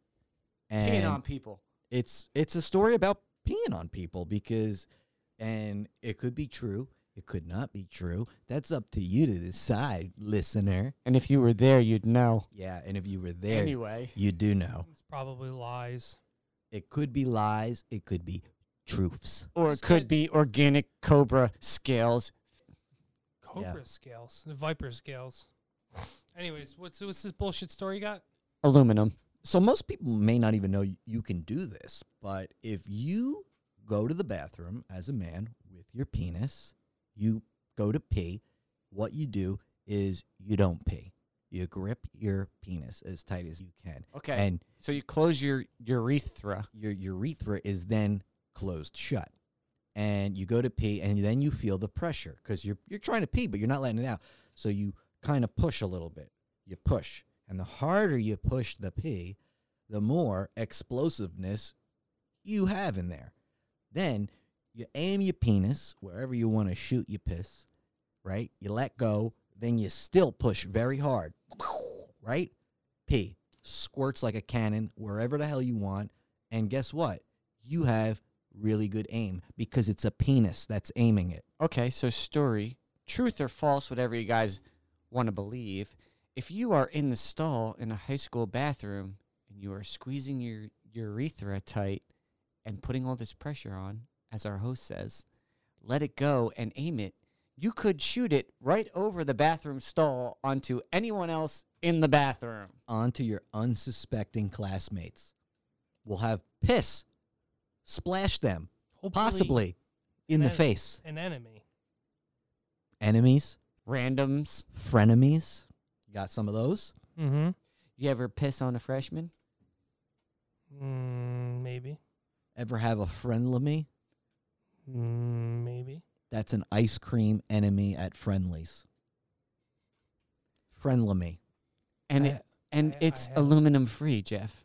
Speaker 1: and
Speaker 4: Peeing on people.
Speaker 1: it's it's a story about peeing on people because, and it could be true, it could not be true. That's up to you to decide, listener.
Speaker 4: And if you were there, you'd know.
Speaker 1: Yeah, and if you were there,
Speaker 4: Anyway,
Speaker 1: you do know.
Speaker 3: It's probably lies.
Speaker 1: It could be lies. It could be truths.
Speaker 4: or it could be organic cobra scales.
Speaker 3: Cobra scales, viper scales. Anyways, what's what's this bullshit story you got?
Speaker 4: Aluminum.
Speaker 1: so most people may not even know y- you can do this, but if you go to the bathroom as a man with your penis, you go to pee, what you do is you don't pee. You grip your penis as tight as you can.
Speaker 4: Okay.
Speaker 1: And
Speaker 4: so you close your urethra.
Speaker 1: your urethra is then closed shut. And you go to pee and then you feel the pressure because you're you're trying to pee, but you're not letting it out. So you kind of push a little bit. You push. And the harder you push the pee, the more explosiveness you have in there. Then you aim your penis wherever you want to shoot your piss, right? You let go, then you still push very hard, right? Pee squirts like a cannon wherever the hell you want. And guess what? You have really good aim because it's a penis that's aiming it.
Speaker 4: Okay, so story, truth or false, whatever you guys want to believe. If you are in the stall in a high school bathroom and you are squeezing your urethra tight and putting all this pressure on, as our host says, let it go and aim it. You could shoot it right over the bathroom stall onto anyone else in the bathroom.
Speaker 1: onto your unsuspecting classmates. We'll have piss splash them
Speaker 3: hopefully
Speaker 1: Possibly in the
Speaker 3: an-
Speaker 1: face.
Speaker 3: an enemy.
Speaker 1: Enemies,
Speaker 4: Randoms.
Speaker 1: frenemies. Got some of those.
Speaker 3: Mm-hmm.
Speaker 4: You ever piss on a freshman?
Speaker 3: Mm, maybe.
Speaker 1: Ever have a friendlemy?
Speaker 3: Mm, maybe.
Speaker 1: That's an ice cream enemy at Friendly's. Friendlemy.
Speaker 4: And
Speaker 3: I-
Speaker 4: it, and
Speaker 3: I- I
Speaker 4: it's
Speaker 3: have-
Speaker 4: aluminum free, Jeff.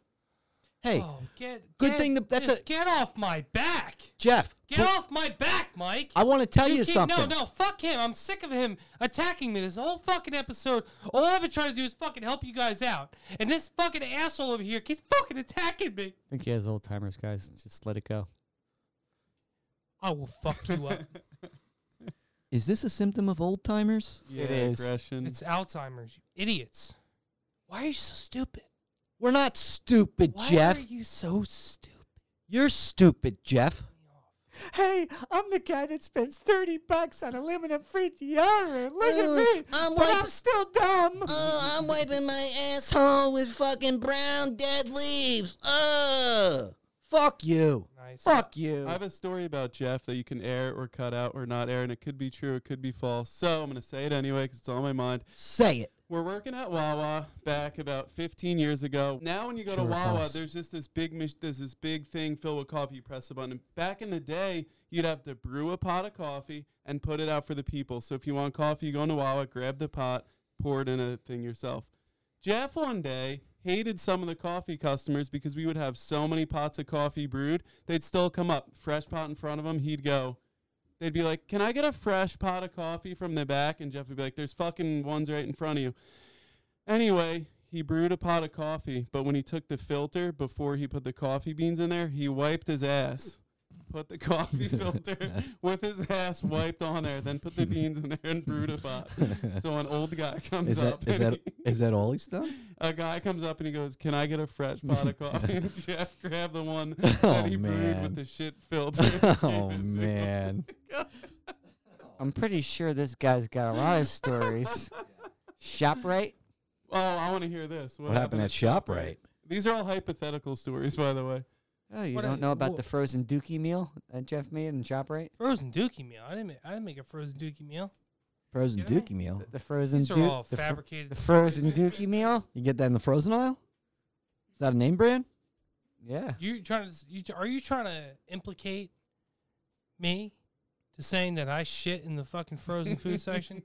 Speaker 1: Hey,
Speaker 3: Oh, get,
Speaker 1: good
Speaker 3: get-
Speaker 1: thing that- that's
Speaker 3: just
Speaker 1: a-
Speaker 3: get off my back.
Speaker 1: Jeff,
Speaker 3: Get
Speaker 1: put-
Speaker 3: off my back, Mike.
Speaker 1: I want to tell you,
Speaker 3: keep-
Speaker 1: something.
Speaker 3: No, no, fuck him. I'm sick of him attacking me this whole fucking episode. All I've been trying to do is fucking help you guys out. And this fucking asshole over here keeps fucking attacking me.
Speaker 4: I think he has old timers, guys. Just let it go.
Speaker 3: I will fuck you up.
Speaker 1: Is this a symptom of old timers?
Speaker 5: Yeah,
Speaker 2: is.
Speaker 5: aggression.
Speaker 3: it's Alzheimer's, you idiots. Why are you so stupid?
Speaker 1: We're not stupid,
Speaker 3: Why
Speaker 1: Jeff.
Speaker 3: are you so stupid?
Speaker 1: You're stupid, Jeff.
Speaker 2: Hey, I'm the guy that spends 30 bucks on aluminum free deodorant. Look
Speaker 1: Ooh,
Speaker 2: at me.
Speaker 1: Uh, I'm
Speaker 2: but
Speaker 1: like-
Speaker 2: I'm still dumb.
Speaker 1: Oh, I'm wiping my asshole with fucking brown dead leaves. Uh. Ugh. Fuck you.
Speaker 3: Nice.
Speaker 1: Fuck you.
Speaker 5: I have a story about Jeff that you can air or cut out or not air, and it could be true, it could be false. So I'm going to say it anyway because it's on my mind.
Speaker 1: Say it.
Speaker 5: We're working at Wawa back about 15 years ago. Now, when you go
Speaker 1: True
Speaker 5: to
Speaker 1: or
Speaker 5: Wawa,
Speaker 1: false?
Speaker 5: there's just this big mach- there's this big thing filled with coffee. You press the button. Back in the day, you'd have to brew a pot of coffee and put it out for the people. So if you want coffee, you go into Wawa, grab the pot, pour it in a thing yourself. Jeff one day hated some of the coffee customers because we would have so many pots of coffee brewed. They'd still come up, fresh pot in front of him. He'd go, They'd be like, "Can I get a fresh pot of coffee from the back?" And Jeff would be like, "There's fucking ones right in front of you." Anyway, he brewed a pot of coffee, but when he took the filter before he put the coffee beans in there, he wiped his ass. Put the coffee filter with his ass wiped on there, then put the beans in there and brewed a pot. So an old guy
Speaker 1: Is
Speaker 5: comes
Speaker 1: that
Speaker 5: up.
Speaker 1: is
Speaker 5: and
Speaker 1: that
Speaker 5: he-
Speaker 1: is that all he's done?
Speaker 5: a guy comes up and he goes, "Can I get a fresh pot of coffee?" And Jeff grabbed the one
Speaker 1: Oh,
Speaker 5: that he brewed
Speaker 1: man.
Speaker 5: with the shit filter. and gave
Speaker 1: oh
Speaker 5: it to him.
Speaker 1: man.
Speaker 4: I'm pretty sure this guy's got a lot of stories. ShopRite?
Speaker 5: Oh, I want to hear this.
Speaker 1: What happened at ShopRite?
Speaker 5: These are all hypothetical stories, by the way.
Speaker 4: Oh, you
Speaker 3: What
Speaker 4: don't
Speaker 3: I-
Speaker 4: know about
Speaker 3: wha-
Speaker 4: the frozen dookie meal that Jeff made in ShopRite?
Speaker 3: Frozen dookie meal. I didn't. Make, I didn't make a frozen dookie meal.
Speaker 1: Frozen
Speaker 3: Did I?
Speaker 1: dookie meal.
Speaker 4: The frozen
Speaker 3: These are all
Speaker 4: dookie. The, fr-
Speaker 3: fabricated.
Speaker 4: the
Speaker 3: stories.
Speaker 4: frozen dookie meal?
Speaker 1: You get that in the frozen aisle? Is that a name brand?
Speaker 4: Yeah.
Speaker 3: You trying to? You, are you trying to implicate me to saying that I shit in the fucking frozen food section?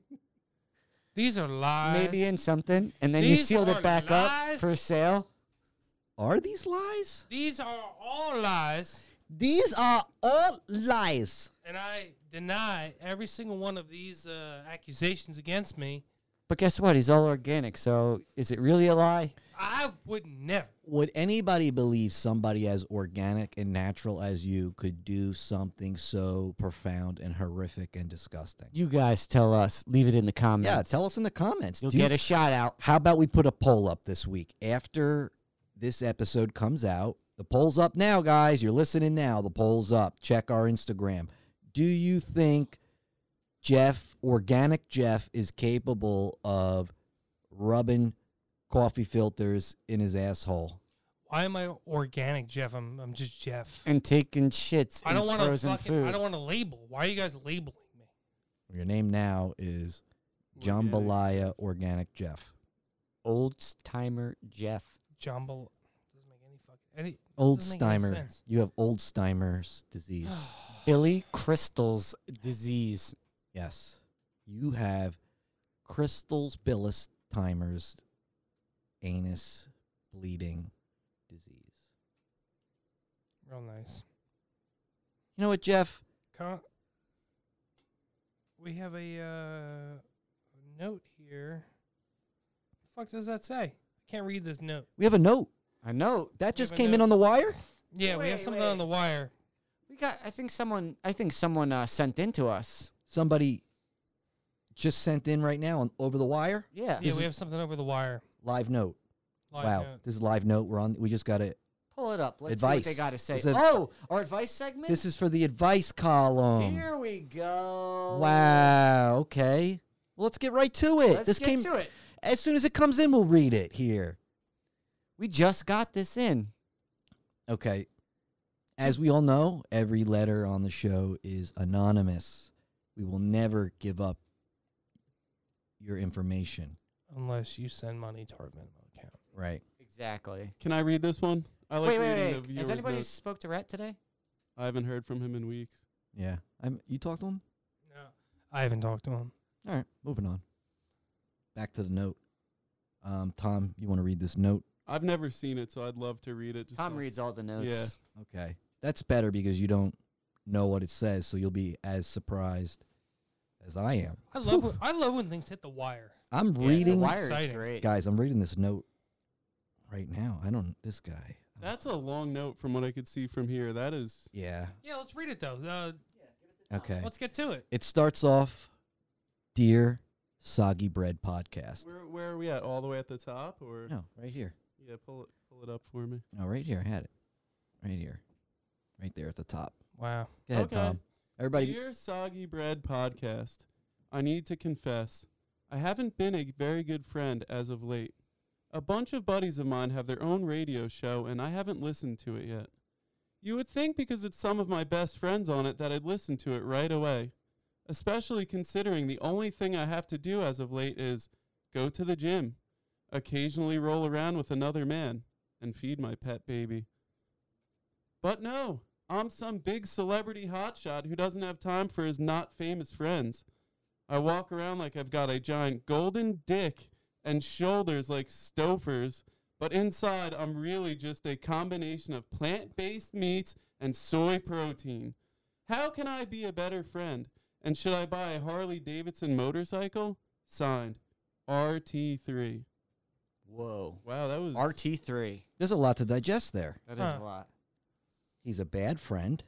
Speaker 3: These are lies.
Speaker 4: Maybe in something, and then you
Speaker 3: These
Speaker 4: sealed
Speaker 3: are
Speaker 4: it back
Speaker 3: lies.
Speaker 4: up for sale.
Speaker 1: Are these lies?
Speaker 3: these are all lies,
Speaker 1: These are all lies.
Speaker 3: and I deny every single one of these uh, accusations against me.
Speaker 4: But guess what? He's all organic, so is it really a lie?
Speaker 3: I would never.
Speaker 1: Would anybody believe somebody as organic and natural as you could do something so profound and horrific and disgusting?
Speaker 4: You guys tell us. Leave it in the comments.
Speaker 1: Yeah, tell us in the comments.
Speaker 4: You'll
Speaker 1: Do you-
Speaker 4: get a shout out.
Speaker 1: How about we put a poll up this week after this episode comes out? The poll's up now, guys. You're listening now. The poll's up. Check our Instagram. Do you think Jeff, organic Jeff, is capable of rubbing coffee filters in his asshole?
Speaker 3: Why am I organic, Jeff? I'm. I'm just Jeff.
Speaker 4: And taking shits
Speaker 3: I don't
Speaker 4: in
Speaker 3: want to
Speaker 4: frozen
Speaker 3: fucking.
Speaker 4: food.
Speaker 3: I don't want to label. Why are you guys labeling me?
Speaker 1: Your name now is Jambalaya Organic Jeff.
Speaker 4: Old timer Jeff.
Speaker 3: Jumble doesn't make any fucking any.
Speaker 1: Old
Speaker 3: Doesn't make any
Speaker 1: Steimer.
Speaker 3: sense.
Speaker 1: You have Old Steimer's disease.
Speaker 4: Billy Crystal's disease.
Speaker 1: Yes. You have crystals, bilis, timers, anus, bleeding disease.
Speaker 3: Real nice.
Speaker 1: You know what, Jeff?
Speaker 3: Con- we have a uh, note here. fuck does that say? I can't read this note.
Speaker 1: We have a note.
Speaker 4: I know.
Speaker 1: That
Speaker 3: We have
Speaker 1: just
Speaker 3: a
Speaker 1: came in
Speaker 3: note.
Speaker 1: on the wire?
Speaker 3: Yeah, we have
Speaker 4: Wait,
Speaker 3: something on
Speaker 4: wait.
Speaker 3: the wire.
Speaker 4: We got I think someone I think someone uh, sent into us.
Speaker 1: Somebody just sent in right now on over the wire.
Speaker 4: Yeah.
Speaker 3: Yeah, we have something over the wire. uh,
Speaker 1: Live note.
Speaker 3: Live
Speaker 1: wow.
Speaker 3: note.
Speaker 1: This is live note. We're on we just got it.
Speaker 4: Pull it up. Let's
Speaker 1: Advice.
Speaker 4: see what they got to say.
Speaker 1: This is-
Speaker 4: oh, our advice segment.
Speaker 1: This is for the advice column.
Speaker 4: Here we go.
Speaker 1: Wow, okay. Well, let's get right to it.
Speaker 4: Let's
Speaker 1: this
Speaker 4: get
Speaker 1: came
Speaker 4: to it.
Speaker 1: as soon as it comes in, we'll read it here.
Speaker 4: We just got this in.
Speaker 1: Okay. As we all know, every letter on the show is anonymous. We will never give up your information.
Speaker 3: unless you send money to our minimum account.
Speaker 1: Right.
Speaker 4: Exactly.
Speaker 5: Can I read this one? I like
Speaker 4: wait,
Speaker 5: reading
Speaker 4: wait,
Speaker 5: the
Speaker 4: wait. Has
Speaker 5: viewers'
Speaker 4: anybody
Speaker 5: notes.
Speaker 4: spoke to Rhett today?
Speaker 5: I haven't heard from him in weeks.
Speaker 1: Yeah. I'm, you talked to him?
Speaker 3: No, I haven't talked to him.
Speaker 1: All right. Moving on. Back to the note. Um, Tom, you want to read this note?
Speaker 5: I've never seen it, so I'd love to read it. Just
Speaker 4: Tom
Speaker 5: so-
Speaker 4: reads all the notes.
Speaker 1: Okay. That's better because you don't know what it says, so you'll be as surprised as I am.
Speaker 3: I love when, I love when things hit the wire.
Speaker 1: I'm
Speaker 4: Yeah, the
Speaker 1: reading
Speaker 4: wire
Speaker 3: Exciting.
Speaker 4: is great.
Speaker 1: guys, I'm reading this note right now. I don't this guy.
Speaker 5: That's a long note from what I could see from here. That is
Speaker 1: Yeah.
Speaker 3: Yeah, let's read it though. Uh,
Speaker 1: Okay.
Speaker 3: Let's get to it.
Speaker 1: It starts off Dear Soggy Bread Podcast.
Speaker 5: where, where are we at? All the way at the top, or
Speaker 1: No, right here.
Speaker 5: yeah, pull it, pull it up for me.
Speaker 1: No, right here. I had it. Right here. Right there at the top.
Speaker 3: Wow.
Speaker 1: Go ahead,
Speaker 5: Okay.
Speaker 1: Tom. Everybody
Speaker 5: Dear Soggy Bread Podcast, I need to confess, I haven't been a very good friend as of late. A bunch of buddies of mine have their own radio show, and I haven't listened to it yet. You would think because it's some of my best friends on it that I'd listen to it right away, especially considering the only thing I have to do as of late is go to the gym, occasionally roll around with another man, and feed my pet baby. But no, I'm some big celebrity hotshot who doesn't have time for his not famous friends. I walk around like I've got a giant golden dick and shoulders like Stouffer's, but inside I'm really just a combination of plant based meats and soy protein. How can I be a better friend? And should I buy a Harley Davidson motorcycle? Signed, RT3.
Speaker 4: Whoa.
Speaker 5: Wow, that was
Speaker 4: RT three.
Speaker 1: there's a lot to digest there.
Speaker 4: That is
Speaker 3: Huh.
Speaker 4: a lot.
Speaker 1: He's a bad friend.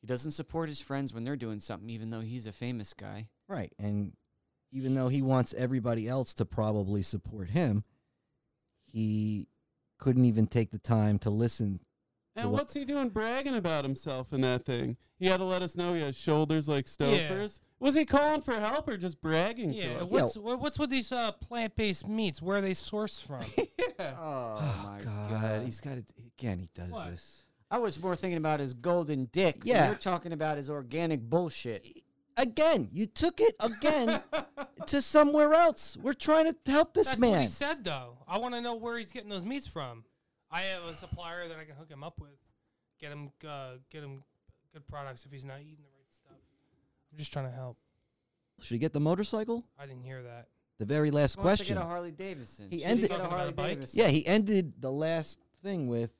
Speaker 4: He doesn't support his friends when they're doing something, even though he's a famous guy.
Speaker 1: Right. And even though he wants everybody else to probably support him, he couldn't even take the time to listen.
Speaker 5: And
Speaker 1: What-
Speaker 5: what's he doing bragging about himself in that thing? He had to let us know he has shoulders like Stouffer's. Was he calling for help or just bragging
Speaker 3: Yeah.
Speaker 5: to us?
Speaker 3: What's wha- what's with these uh, plant based meats? Where are they sourced from?
Speaker 4: Oh, my god.
Speaker 1: He's got it. Again, he does
Speaker 3: What?
Speaker 1: this.
Speaker 4: I was more thinking about his golden dick. and
Speaker 1: Yeah.
Speaker 4: You're talking about his organic bullshit.
Speaker 1: Again, you took it again to somewhere else. We're trying to help this
Speaker 3: That's what he
Speaker 1: man.
Speaker 3: said though. I want to know where he's getting those meats from. I have a supplier that I can hook him up with. Get him uh, get him good products if he's not eating the right stuff. I'm just trying to help.
Speaker 1: Should he get the motorcycle?
Speaker 3: I didn't hear that.
Speaker 1: The very last
Speaker 4: He wants to
Speaker 1: question.
Speaker 4: get a Harley Davidson.
Speaker 1: He
Speaker 4: Should
Speaker 1: ended-
Speaker 4: get a
Speaker 3: Talking about
Speaker 4: Harley
Speaker 3: a bike?
Speaker 4: Davidson.
Speaker 1: Yeah, he ended the last thing with,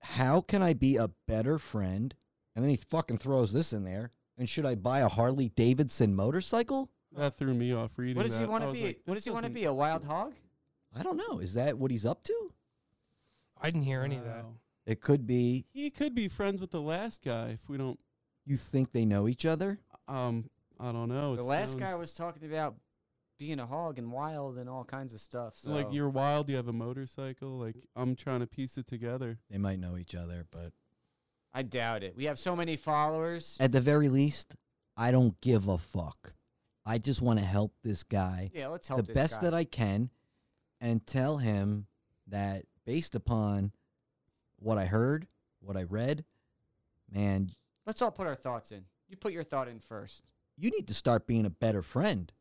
Speaker 1: "How can I be a better friend?" And then he fucking throws this in there. And should I buy a Harley Davidson motorcycle?
Speaker 5: That threw me off reading.
Speaker 4: What does he
Speaker 5: that.
Speaker 4: want
Speaker 5: I
Speaker 4: to
Speaker 5: was
Speaker 4: be?
Speaker 5: like,
Speaker 4: what
Speaker 5: this
Speaker 4: does he want to
Speaker 5: doesn't-
Speaker 4: be? A wild hog?
Speaker 1: I don't know. Is that what he's up to?
Speaker 3: I didn't hear any of that.
Speaker 5: Wow.
Speaker 1: It could be
Speaker 5: He could be friends with the last guy if we don't.
Speaker 1: you think they know each other.
Speaker 5: Um, I don't know.
Speaker 4: the
Speaker 5: it
Speaker 4: last guy
Speaker 5: sounds
Speaker 4: was talking about being a hog and wild and all kinds of stuff. So
Speaker 5: like you're wild. You have a motorcycle. Like I'm trying to piece it together.
Speaker 1: They might know each other, but
Speaker 4: I doubt it. We have so many followers.
Speaker 1: at the very least, I don't give a fuck. I just want to help this guy
Speaker 4: Yeah, let's help
Speaker 1: the best that I can and tell him that based upon what I heard, what I read, man,
Speaker 4: Let's all put our thoughts in. You put your thought in first.
Speaker 1: you need to start being a better friend,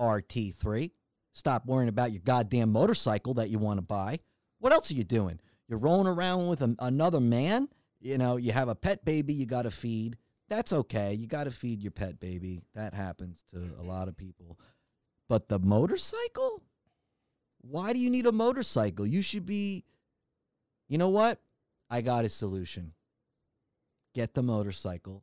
Speaker 1: RT3. Stop worrying about your goddamn motorcycle that you want to buy. What else are you doing? You're rolling around with an another man? You know, you have a pet baby you got to feed. That's okay. You got to feed your pet baby. That happens to a lot of people. But the motorcycle? Why do you need a motorcycle? You should be, you know what? I got a solution. Get the motorcycle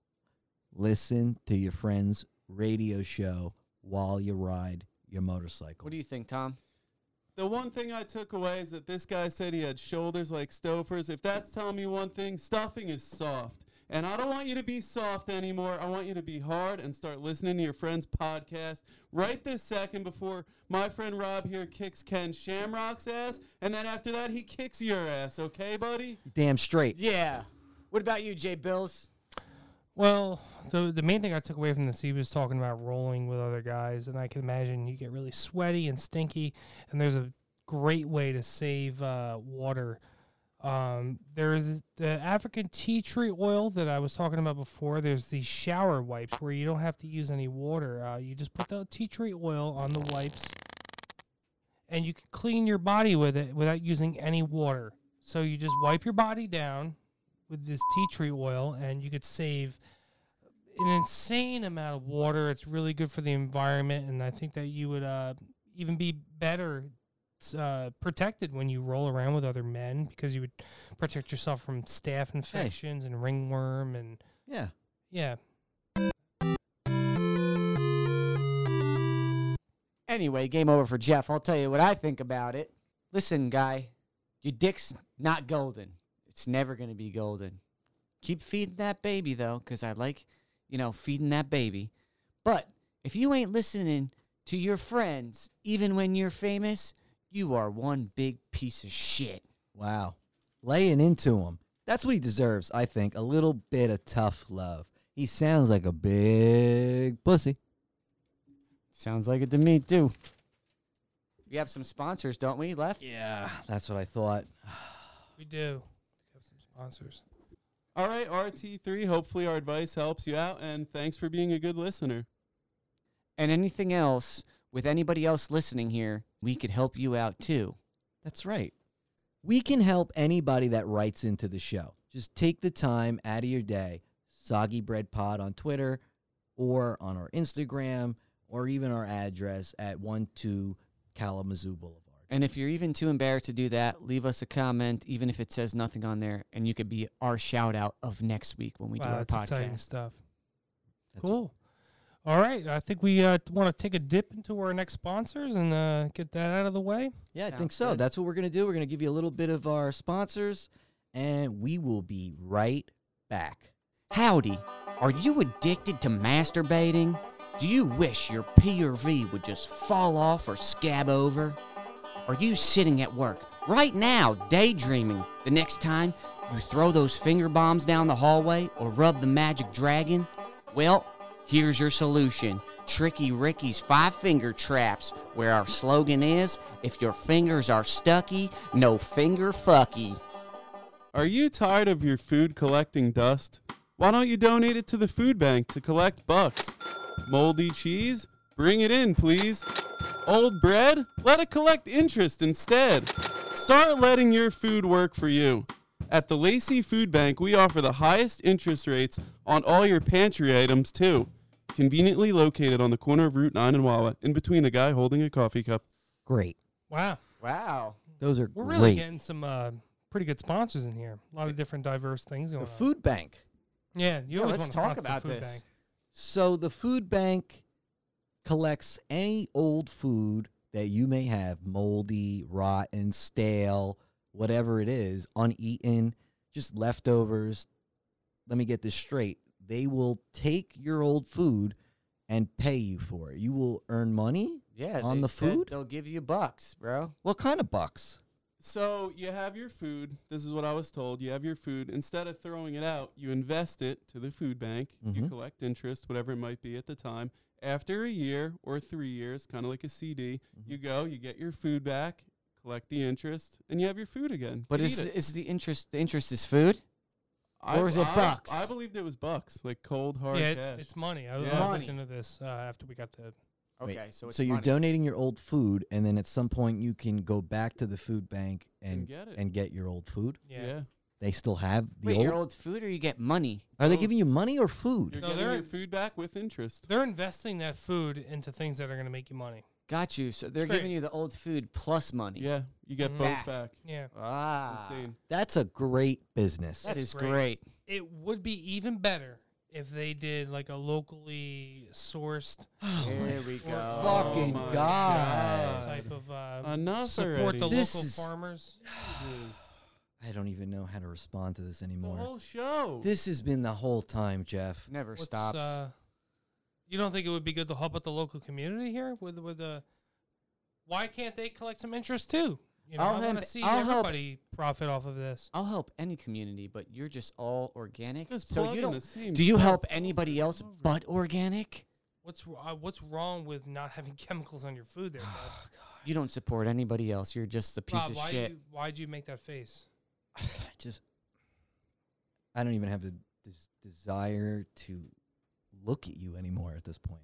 Speaker 1: listen to your friend's radio show while you ride your motorcycle.
Speaker 4: What do you think, Tom?
Speaker 5: The one thing I took away is that this guy said he had shoulders like Stouffer's. If that's telling me one thing, stuffing is soft. And I don't want you to be soft anymore. I want you to be hard and start listening to your friend's podcast right this second before my friend Rob here kicks Ken Shamrock's ass. And then after that, he kicks your ass, okay, buddy?
Speaker 1: Damn straight.
Speaker 4: Yeah. What about you, Jay Bills?
Speaker 3: Well, the the main thing I took away from this, he was talking about rolling with other guys, and I can imagine you get really sweaty and stinky. And there's a great way to save uh, water Um, there is the African tea tree oil that I was talking about before. There's the shower wipes where you don't have to use any water. Uh, you just put the tea tree oil on the wipes, and you can clean your body with it without using any water. So you just wipe your body down with this tea tree oil, and you could save an insane amount of water. It's really good for the environment, and I think that you would uh, even be better uh, protected when you roll around with other men because you would protect yourself from staph infections and ringworm and
Speaker 1: Yeah.
Speaker 3: yeah.
Speaker 4: Anyway, game over for Jeff. I'll tell you what I think about it. Listen, guy, your dick's not golden. It's never going to be golden. Keep feeding that baby, though, because I like, you know, feeding that baby. But if you ain't listening to your friends, even when you're famous, you are one big piece of shit.
Speaker 1: Wow. Laying into him. That's what he deserves, I think. A little bit of tough love. He sounds like a big pussy.
Speaker 4: Sounds like it to me, too. We have some sponsors, don't we, left?
Speaker 1: Yeah. That's what I thought.
Speaker 3: We do have some sponsors.
Speaker 5: All right, RT3. Hopefully, our advice helps you out, and thanks for being a good listener.
Speaker 4: And anything else with anybody else listening here, we could help you out, too.
Speaker 1: That's right. We can help anybody that writes into the show. Just take the time out of your day. Soggy Bread Pod on Twitter or on our Instagram or even our address at 12 Kalamazoo Boulevard.
Speaker 4: And if you're even too embarrassed to do that, leave us a comment, even if it says nothing on there, and you could be our shout out of next week when we do
Speaker 3: wow,
Speaker 4: our
Speaker 3: that's exciting
Speaker 4: podcast.
Speaker 3: stuff.
Speaker 1: That's-
Speaker 3: cool. All right, I think we uh, want to take a dip into our next sponsors and uh, get that out of the way.
Speaker 1: Yeah, I think
Speaker 4: Sounds
Speaker 1: so.
Speaker 4: good.
Speaker 1: That's what we're going to do. We're going to give you a little bit of our sponsors and we will be right back.
Speaker 4: Howdy, are you addicted to masturbating? Do you wish your PRV would just fall off or scab over? Are you sitting at work right now daydreaming the next time you throw those finger bombs down the hallway or rub the magic dragon? Well, here's your solution Tricky Ricky's Five Finger Traps, where our slogan is if your fingers are stucky, no finger fucky.
Speaker 5: Are you tired of your food collecting dust? Why don't you donate it to the food bank to collect bucks? Moldy cheese? Bring it in, please. Old bread? Let it collect interest instead. Start letting your food work for you. At the Lacey Food Bank, we offer the highest interest rates on all your pantry items, too. Conveniently located on the corner of Route 9 and Wawa, in between the guy holding a coffee cup.
Speaker 1: Great.
Speaker 3: Wow,
Speaker 4: Wow.
Speaker 1: Those are
Speaker 3: we're
Speaker 1: great.
Speaker 3: really getting some uh, pretty good sponsors in here. A lot of different diverse things going
Speaker 1: the
Speaker 3: on.
Speaker 1: food bank.
Speaker 3: Yeah, you always
Speaker 4: let's
Speaker 3: want to
Speaker 4: talk
Speaker 3: talk
Speaker 4: about
Speaker 3: the food
Speaker 4: this.
Speaker 3: Bank.
Speaker 1: So the food bank collects any old food that you may have moldy, rotten, stale, whatever it is, uneaten, just leftovers. Let me get this straight. They will take your old food and pay you for it. You will earn money.
Speaker 4: Yeah.
Speaker 1: On the food?
Speaker 4: They'll give you bucks, bro.
Speaker 1: What kind of bucks?
Speaker 5: So you have your food. This is what I was told. You have your food. Instead of throwing it out, you invest it to the food bank. You
Speaker 4: Mm-hmm.
Speaker 1: Mhm.
Speaker 5: collect interest, whatever it might be at the time. After a year or three years, kind of like a CD,
Speaker 4: Mm-hmm.
Speaker 5: you go, you get your food back, collect the interest, and you have your food again.
Speaker 4: But
Speaker 5: You
Speaker 4: is
Speaker 5: eat it.
Speaker 4: is the interest the interest is food?
Speaker 5: I-
Speaker 4: or is it
Speaker 5: I-
Speaker 4: bucks?
Speaker 5: I believed it was bucks, like cold hard
Speaker 3: Yeah,
Speaker 5: cash.
Speaker 3: it's, it's money. I was
Speaker 5: Yeah.
Speaker 3: I
Speaker 4: Money.
Speaker 3: looked into this uh, after we got the
Speaker 1: Wait,
Speaker 4: so
Speaker 1: so you're donating your old food, and then at some point you can go back to the food bank and
Speaker 5: And get it.
Speaker 1: and get your old food.
Speaker 5: yeah.
Speaker 3: yeah.
Speaker 1: They still have the
Speaker 4: Wait,
Speaker 1: old.
Speaker 4: your old food or you get money?
Speaker 1: Are they
Speaker 5: old-
Speaker 1: giving you money or food?
Speaker 5: You're
Speaker 3: No,
Speaker 5: getting
Speaker 3: they're-
Speaker 5: your food back with interest.
Speaker 3: They're investing that food into things that are going to make you money.
Speaker 4: Got you. So they're
Speaker 3: It's great.
Speaker 4: giving you the old food plus money.
Speaker 5: Yeah, you get
Speaker 4: Back.
Speaker 5: both back.
Speaker 3: Yeah.
Speaker 4: Ah.
Speaker 5: Insane.
Speaker 1: That's a great business.
Speaker 4: That
Speaker 3: That's
Speaker 4: is
Speaker 3: great.
Speaker 4: great.
Speaker 3: It would be even better if they did like a locally sourced
Speaker 5: Oh
Speaker 3: uh,
Speaker 4: Here we go.
Speaker 1: Fucking
Speaker 5: my
Speaker 1: God.
Speaker 3: type of uh,
Speaker 5: Enough
Speaker 3: support the
Speaker 5: already.
Speaker 1: This
Speaker 3: local
Speaker 1: is-
Speaker 3: farmers.
Speaker 5: Jesus.
Speaker 1: I don't even know how to respond to this
Speaker 5: The
Speaker 1: anymore.
Speaker 5: whole show.
Speaker 1: This has been the whole time, Jeff.
Speaker 4: Never
Speaker 3: What's,
Speaker 4: stops.
Speaker 3: uh, you don't think it would be good to help out the local community here with with uh, why can't they collect some interest too? You know,
Speaker 4: I'll
Speaker 3: I want
Speaker 4: hand-
Speaker 3: to see
Speaker 4: I'll help.
Speaker 3: everybody profit off of this.
Speaker 4: I'll help any community, but you're just all organic.
Speaker 5: Just
Speaker 4: so
Speaker 5: plugging
Speaker 4: you
Speaker 5: the
Speaker 4: don't.
Speaker 5: same
Speaker 4: Do you
Speaker 5: stuff
Speaker 4: help
Speaker 5: over
Speaker 4: anybody
Speaker 5: and
Speaker 4: else
Speaker 5: over.
Speaker 4: but organic?
Speaker 3: What's wr- uh, what's wrong with not having chemicals on your food there, bud?
Speaker 4: You don't support anybody else. You're just a piece
Speaker 3: Rob,
Speaker 4: of
Speaker 3: why
Speaker 4: shit.
Speaker 3: You, why'd you make that face?
Speaker 1: I just I don't even have the des- desire to look at you anymore at this point.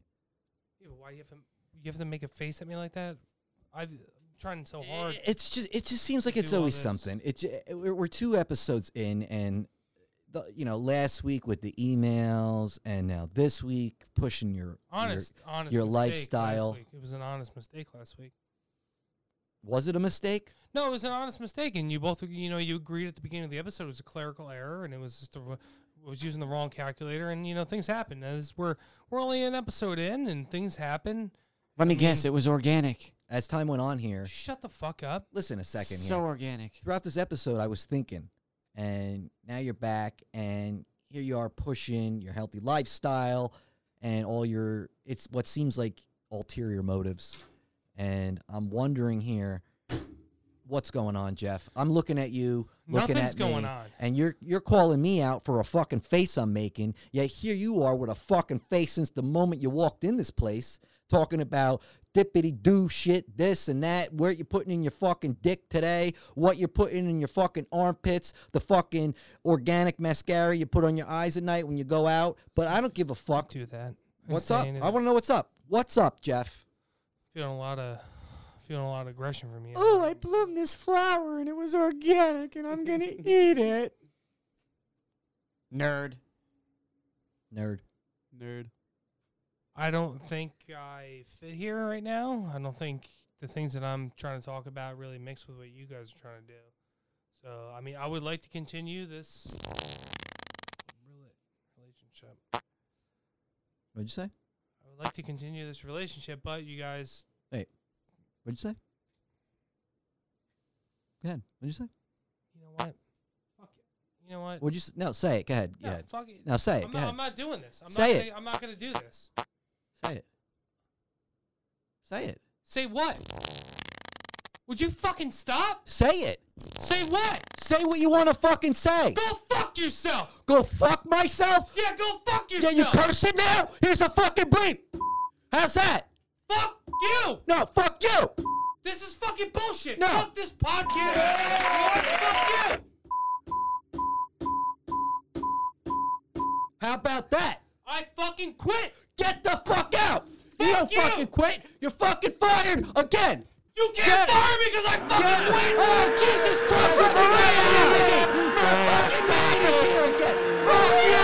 Speaker 3: Ew, Why you have to you have to make a face at me like that? I've I'm trying so hard.
Speaker 4: Eh,
Speaker 1: It's just it just seems like
Speaker 3: to
Speaker 1: it's
Speaker 3: do all
Speaker 1: always
Speaker 3: this.
Speaker 1: something. It, j- we're we're two episodes in, and the, you know last week with the emails, and now this week pushing your your-
Speaker 3: honest,
Speaker 4: eh,
Speaker 3: honest.
Speaker 1: your
Speaker 3: mistake
Speaker 1: lifestyle.
Speaker 3: Last week. It was an honest mistake last week.
Speaker 1: was it a mistake?
Speaker 3: No, it was an honest mistake, and you both, you know, you agreed at the beginning of the episode it was a clerical error, and it was just a, r- I was using the wrong calculator, and you know, things happen. As we're we're only an episode in, and things happen.
Speaker 4: Let me
Speaker 3: I
Speaker 4: guess,
Speaker 3: mean-
Speaker 4: it was organic.
Speaker 1: As time went on here,
Speaker 3: Shut the fuck up.
Speaker 1: listen a second here.
Speaker 4: So organic.
Speaker 1: throughout this episode, I was thinking, and now you're back, and here you are pushing your healthy lifestyle and all your it's what seems like ulterior motives. And I'm wondering here, what's going on, Jeff? I'm looking at you, looking
Speaker 3: Nothing's
Speaker 1: at
Speaker 3: going
Speaker 1: me,
Speaker 3: on.
Speaker 1: and you're you're calling me out for a fucking face I'm making. Yet here you are with a fucking face since the moment you walked in this place, talking about dippity do shit, this and that, where you're putting in your fucking dick today, what you're putting in your fucking armpits, the fucking organic mascara you put on your eyes at night when you go out. But I don't give a fuck.
Speaker 3: Do that. I'm
Speaker 1: What's up?
Speaker 3: saying it.
Speaker 1: I want to know what's up. What's up, Jeff?
Speaker 3: feeling a lot of feeling a lot of aggression from you.
Speaker 2: Oh, I bloomed this flower and it was organic and I'm going to eat it.
Speaker 4: Nerd.
Speaker 1: Nerd.
Speaker 5: Nerd.
Speaker 3: I don't think I fit here right now. I don't think the things that I'm trying to talk about really mix with what you guys are trying to do. So, I mean, I would like to continue this rela- relationship.
Speaker 1: What'd you say?
Speaker 3: I would like to continue this relationship, but you guys,
Speaker 1: What'd you say? Go ahead. What'd you say?
Speaker 3: you know what? Fuck it. You know what?
Speaker 1: What'd you say? No, say it. Go ahead.
Speaker 3: No,
Speaker 1: yeah.
Speaker 3: fuck it.
Speaker 1: Now say it.
Speaker 3: I'm
Speaker 1: Go
Speaker 3: not,
Speaker 1: ahead.
Speaker 3: I'm not doing this. I'm
Speaker 1: Say
Speaker 3: not
Speaker 1: it.
Speaker 3: Gonna, I'm not going to do this.
Speaker 1: Say it. Say it.
Speaker 3: Say what? Would you fucking stop?
Speaker 1: Say it.
Speaker 3: Say what?
Speaker 1: Say what you want to fucking say.
Speaker 3: Go fuck yourself.
Speaker 1: Go fuck myself.
Speaker 3: Yeah, go fuck
Speaker 1: Yeah,
Speaker 3: yourself.
Speaker 1: you curse it now. Here's a fucking bleep. How's that?
Speaker 3: Fuck you.
Speaker 1: No, fuck you.
Speaker 3: This is fucking bullshit.
Speaker 1: No.
Speaker 3: Fuck this podcast. Fuck you.
Speaker 1: How about that?
Speaker 3: I fucking quit.
Speaker 1: Get the fuck out. you
Speaker 3: Fuck
Speaker 1: don't
Speaker 3: you.
Speaker 1: fucking quit. You're fucking fired again.
Speaker 3: You can't
Speaker 1: Get-
Speaker 3: fire me because I fucking
Speaker 1: Get-
Speaker 3: quit.
Speaker 1: Oh, Jesus Christ. You're fucking fired again. You're fucking fired again. Fuck you.